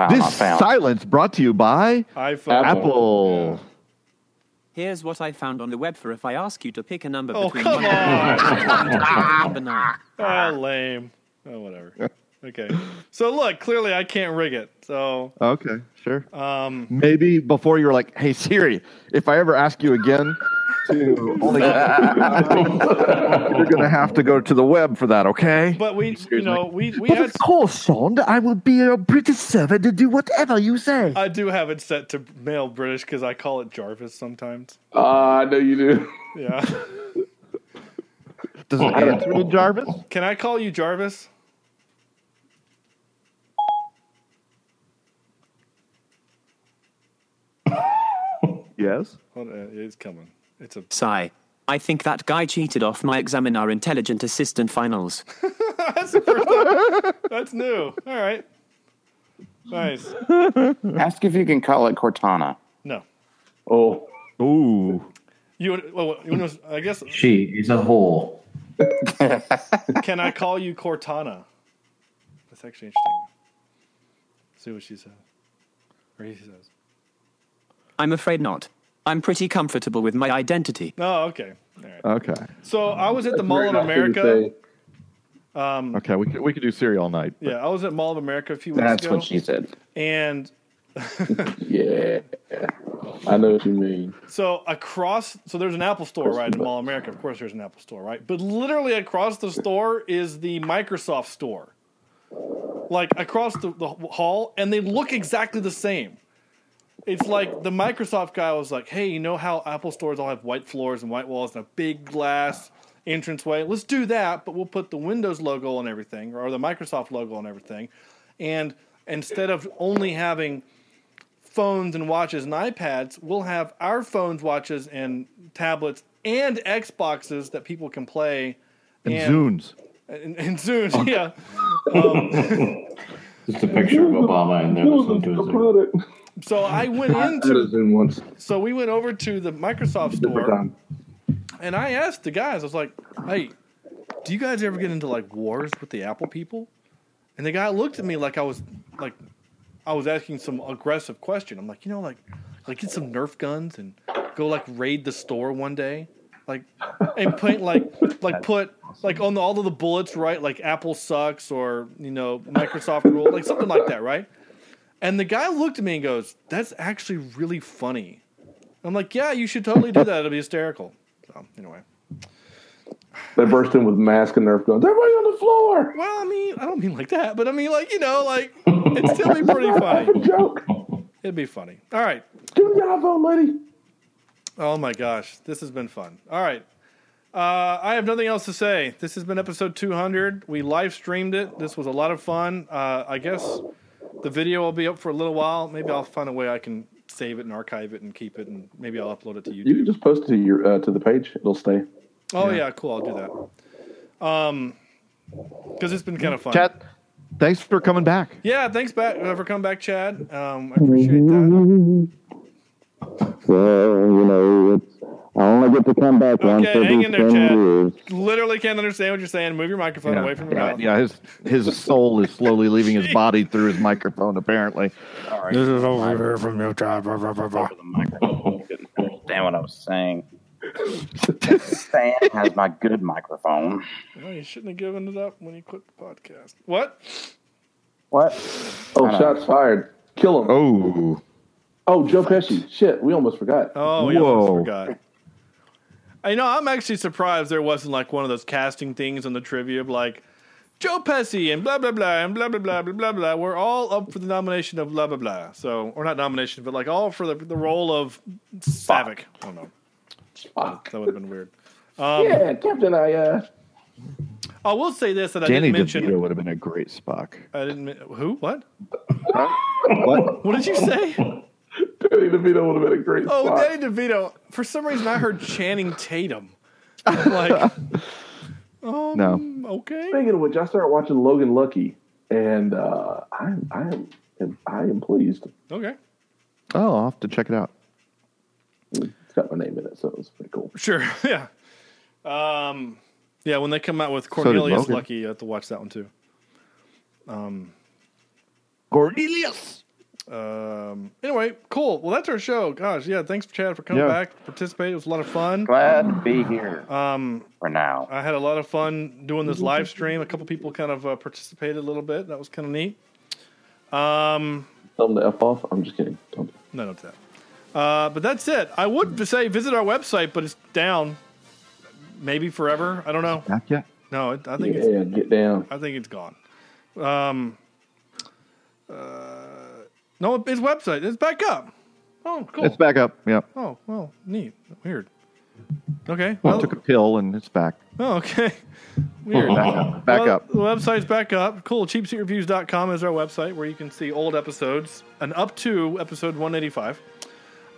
S7: this silence brought to you by
S6: iPhone.
S7: Apple.
S19: Here's what I found on the web for if I ask you to pick a number
S6: oh,
S19: between
S6: come
S19: 1 and
S6: 11. oh, lame. Oh, whatever. Okay. So look, clearly I can't rig it. So
S7: okay, sure.
S6: Um,
S7: Maybe before you were like, "Hey Siri, if I ever ask you again to only, you're gonna have to go to the web for that." Okay.
S6: But we, Excuse you know, me. we we
S12: but
S6: had,
S12: of course, Sean, I will be a British servant to do whatever you say.
S6: I do have it set to male British because I call it Jarvis sometimes.
S9: Ah, uh, I know you do.
S6: Yeah.
S7: Does it answer to Jarvis?
S6: Can I call you Jarvis?
S7: Yes.
S6: Well, it's coming. It's a
S19: sigh. I think that guy cheated off my exam in our intelligent assistant finals.
S6: That's the first time. That's new. All right. Nice.
S8: Ask if you can call it Cortana.
S6: No.
S9: Oh.
S7: Ooh.
S6: You, well, you know, I guess.
S11: She is a whore.
S6: can I call you Cortana? That's actually interesting. Let's see what she says. Or he says.
S19: I'm afraid not. I'm pretty comfortable with my identity.
S6: Oh, okay. Right.
S7: Okay.
S6: So I was at the Mall of America. Um,
S7: okay, we could, we could do Siri all night.
S6: But. Yeah, I was at Mall of America a few
S8: weeks
S6: That's
S8: ago. That's what she said.
S6: And.
S9: yeah, I know what you mean.
S6: So across, so there's an Apple store right in Mall of America. Of course, there's an Apple store, right? But literally across the store is the Microsoft store, like across the, the hall, and they look exactly the same. it's like the Microsoft guy was like, "Hey, you know how Apple stores all have white floors and white walls and a big glass entranceway? Let's do that, but we'll put the Windows logo on everything or the Microsoft logo on everything." And instead of only having phones and watches and iPads, we'll have our phones, watches, and tablets and Xboxes that people can play.
S7: And, and Zunes.
S6: And, and Zunes, oh. yeah. Um,
S11: Just a picture of Obama in there listening to his Zoom.
S6: So I went into. So we went over to the Microsoft store. And I asked the guys, I was like, hey, do you guys ever get into like wars with the Apple people? And the guy looked at me like I was like I was asking some aggressive question. I'm like, you know, like like get some Nerf guns and go like raid the store one day, like and paint like like put like on the, all of the bullets right, like Apple sucks or you know Microsoft rule, like something like that, right? And the guy looked at me and goes, "That's actually really funny." I'm like, "Yeah, you should totally do that. It'll be hysterical." So anyway.
S9: They burst in with mask and Nerf guns. Everybody on the floor.
S6: Well, I mean, I don't mean like that, but I mean like you know, like it'd still be pretty funny.
S9: joke.
S6: It'd be funny. All right.
S9: Give me the iPhone, lady.
S6: Oh my gosh, this has been fun. All right. Uh, I have nothing else to say. This has been episode 200. We live streamed it. This was a lot of fun. Uh, I guess the video will be up for a little while. Maybe I'll find a way I can save it and archive it and keep it, and maybe I'll upload it to YouTube.
S9: You can just post it to your uh, to the page. It'll stay.
S6: Oh yeah. yeah, cool. I'll do that. Um, because it's been kind of fun.
S7: Chad, thanks for coming back.
S6: Yeah, thanks back for coming back, Chad. Um, I appreciate that.
S13: Well, you know, it's I only get to come back okay, once every
S6: hang in there, Chad.
S13: Years.
S6: Literally can't understand what you're saying. Move your microphone
S7: yeah,
S6: away from
S7: yeah,
S6: your mouth.
S7: Yeah, his his soul is slowly leaving his body through his microphone. Apparently,
S20: All right. this is over here from your Chad. Blah, blah, blah, blah.
S21: Over the microphone, I couldn't understand what I was saying.
S13: Sam has my good microphone.
S6: Well, Oh, you shouldn't have given it up when you quit the podcast. What?
S13: What?
S9: Oh, shots know. fired. Kill him.
S7: Oh.
S9: Oh, Joe Pesci. Shit, we almost forgot.
S6: Oh, we Whoa. almost forgot. I know. I'm actually surprised there wasn't like one of those casting things on the trivia of like Joe Pesci and blah blah blah and blah blah blah blah blah blah. We're all up for the nomination of blah blah blah. So, or not nomination, but like all for the, the role of Savick. I don't know. Fuck. That would have been weird. Um,
S9: yeah, Captain, I. Uh...
S6: I will Oh, say this that I Danny didn't mention.
S7: DeVito would have been a great Spock.
S6: I didn't. Who? What?
S7: what?
S6: What did you say?
S9: Danny DeVito would have been a great.
S6: Oh,
S9: Spock.
S6: Danny DeVito. For some reason, I heard Channing Tatum. I'm like, um,
S7: no.
S6: Okay.
S9: Speaking of which, I started watching Logan Lucky, and uh, I am I am I am pleased.
S6: Okay.
S7: Oh, I'll have to check it out.
S9: Mm got my name in it, so it was pretty cool.
S6: Sure, yeah, um, yeah. When they come out with Cornelius so Lucky, you have to watch that one too. Um,
S7: Cornelius.
S6: Um. Anyway, cool. Well, that's our show. Gosh, yeah. Thanks, Chad, for coming yeah. back, participate. It was a lot of fun.
S21: Glad to be here.
S6: Um.
S21: For now,
S6: I had a lot of fun doing this live stream. A couple people kind of uh, participated a little bit. That was kind of neat. Um.
S9: Tell them to f off. I'm just kidding. Don't.
S6: No, don't do that. Uh, but that's it. I would say visit our website, but it's down. Maybe forever. I don't know.
S7: Not yet.
S6: No, it, I think
S9: yeah,
S6: it's
S9: yeah, get down.
S6: I think it's gone. Um, uh, no, his website is back up. Oh, cool.
S7: It's back up. Yep.
S6: Oh, well, neat. Weird. Okay.
S7: Well, I took a pill and it's back.
S6: Oh, okay. Weird.
S7: back up. Back
S6: well,
S7: up.
S6: The website's back up. Cool. CheapSeatReviews.com is our website where you can see old episodes and up to episode 185.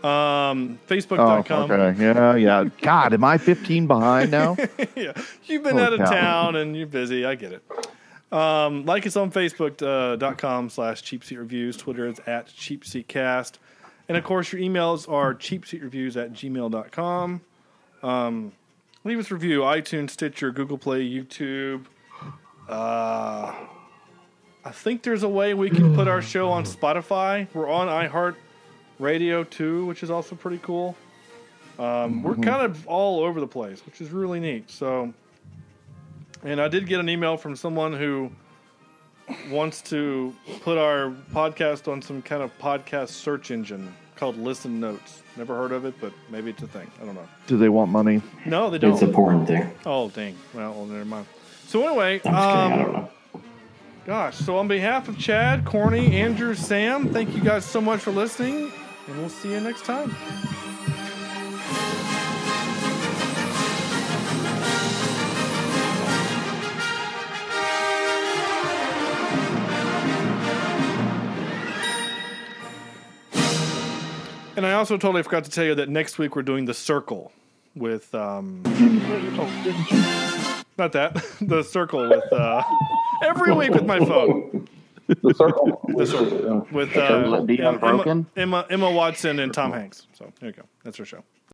S6: Um, Facebook.com.
S7: Oh, okay. Yeah, yeah. God, am I 15 behind now?
S6: yeah. You've been Holy out of cow. town and you're busy. I get it. Um, like us on Facebook.com uh, slash Cheap Seat Reviews. Twitter is at Cheap Seat Cast. And of course, your emails are cheapseatreviews at gmail.com. Um, leave us review iTunes, Stitcher, Google Play, YouTube. Uh, I think there's a way we can put our show on Spotify. We're on iHeart Radio 2, which is also pretty cool. Um, mm-hmm. We're kind of all over the place, which is really neat. So, and I did get an email from someone who wants to put our podcast on some kind of podcast search engine called Listen Notes. Never heard of it, but maybe it's a thing. I don't know.
S7: Do they want money?
S6: No, they don't.
S11: It's a porn thing.
S6: Oh, dang. Well, well never mind. So, anyway, um, gosh. So, on behalf of Chad, Corny, Andrew, Sam, thank you guys so much for listening And we'll see you next time. And I also totally forgot to tell you that next week we're doing the circle with um not that the circle with uh every week with my phone
S9: the circle
S6: the circle with uh
S8: The
S6: Emma,
S8: Unbroken?
S6: Emma Emma Watson and Tom Hanks so there you go that's our show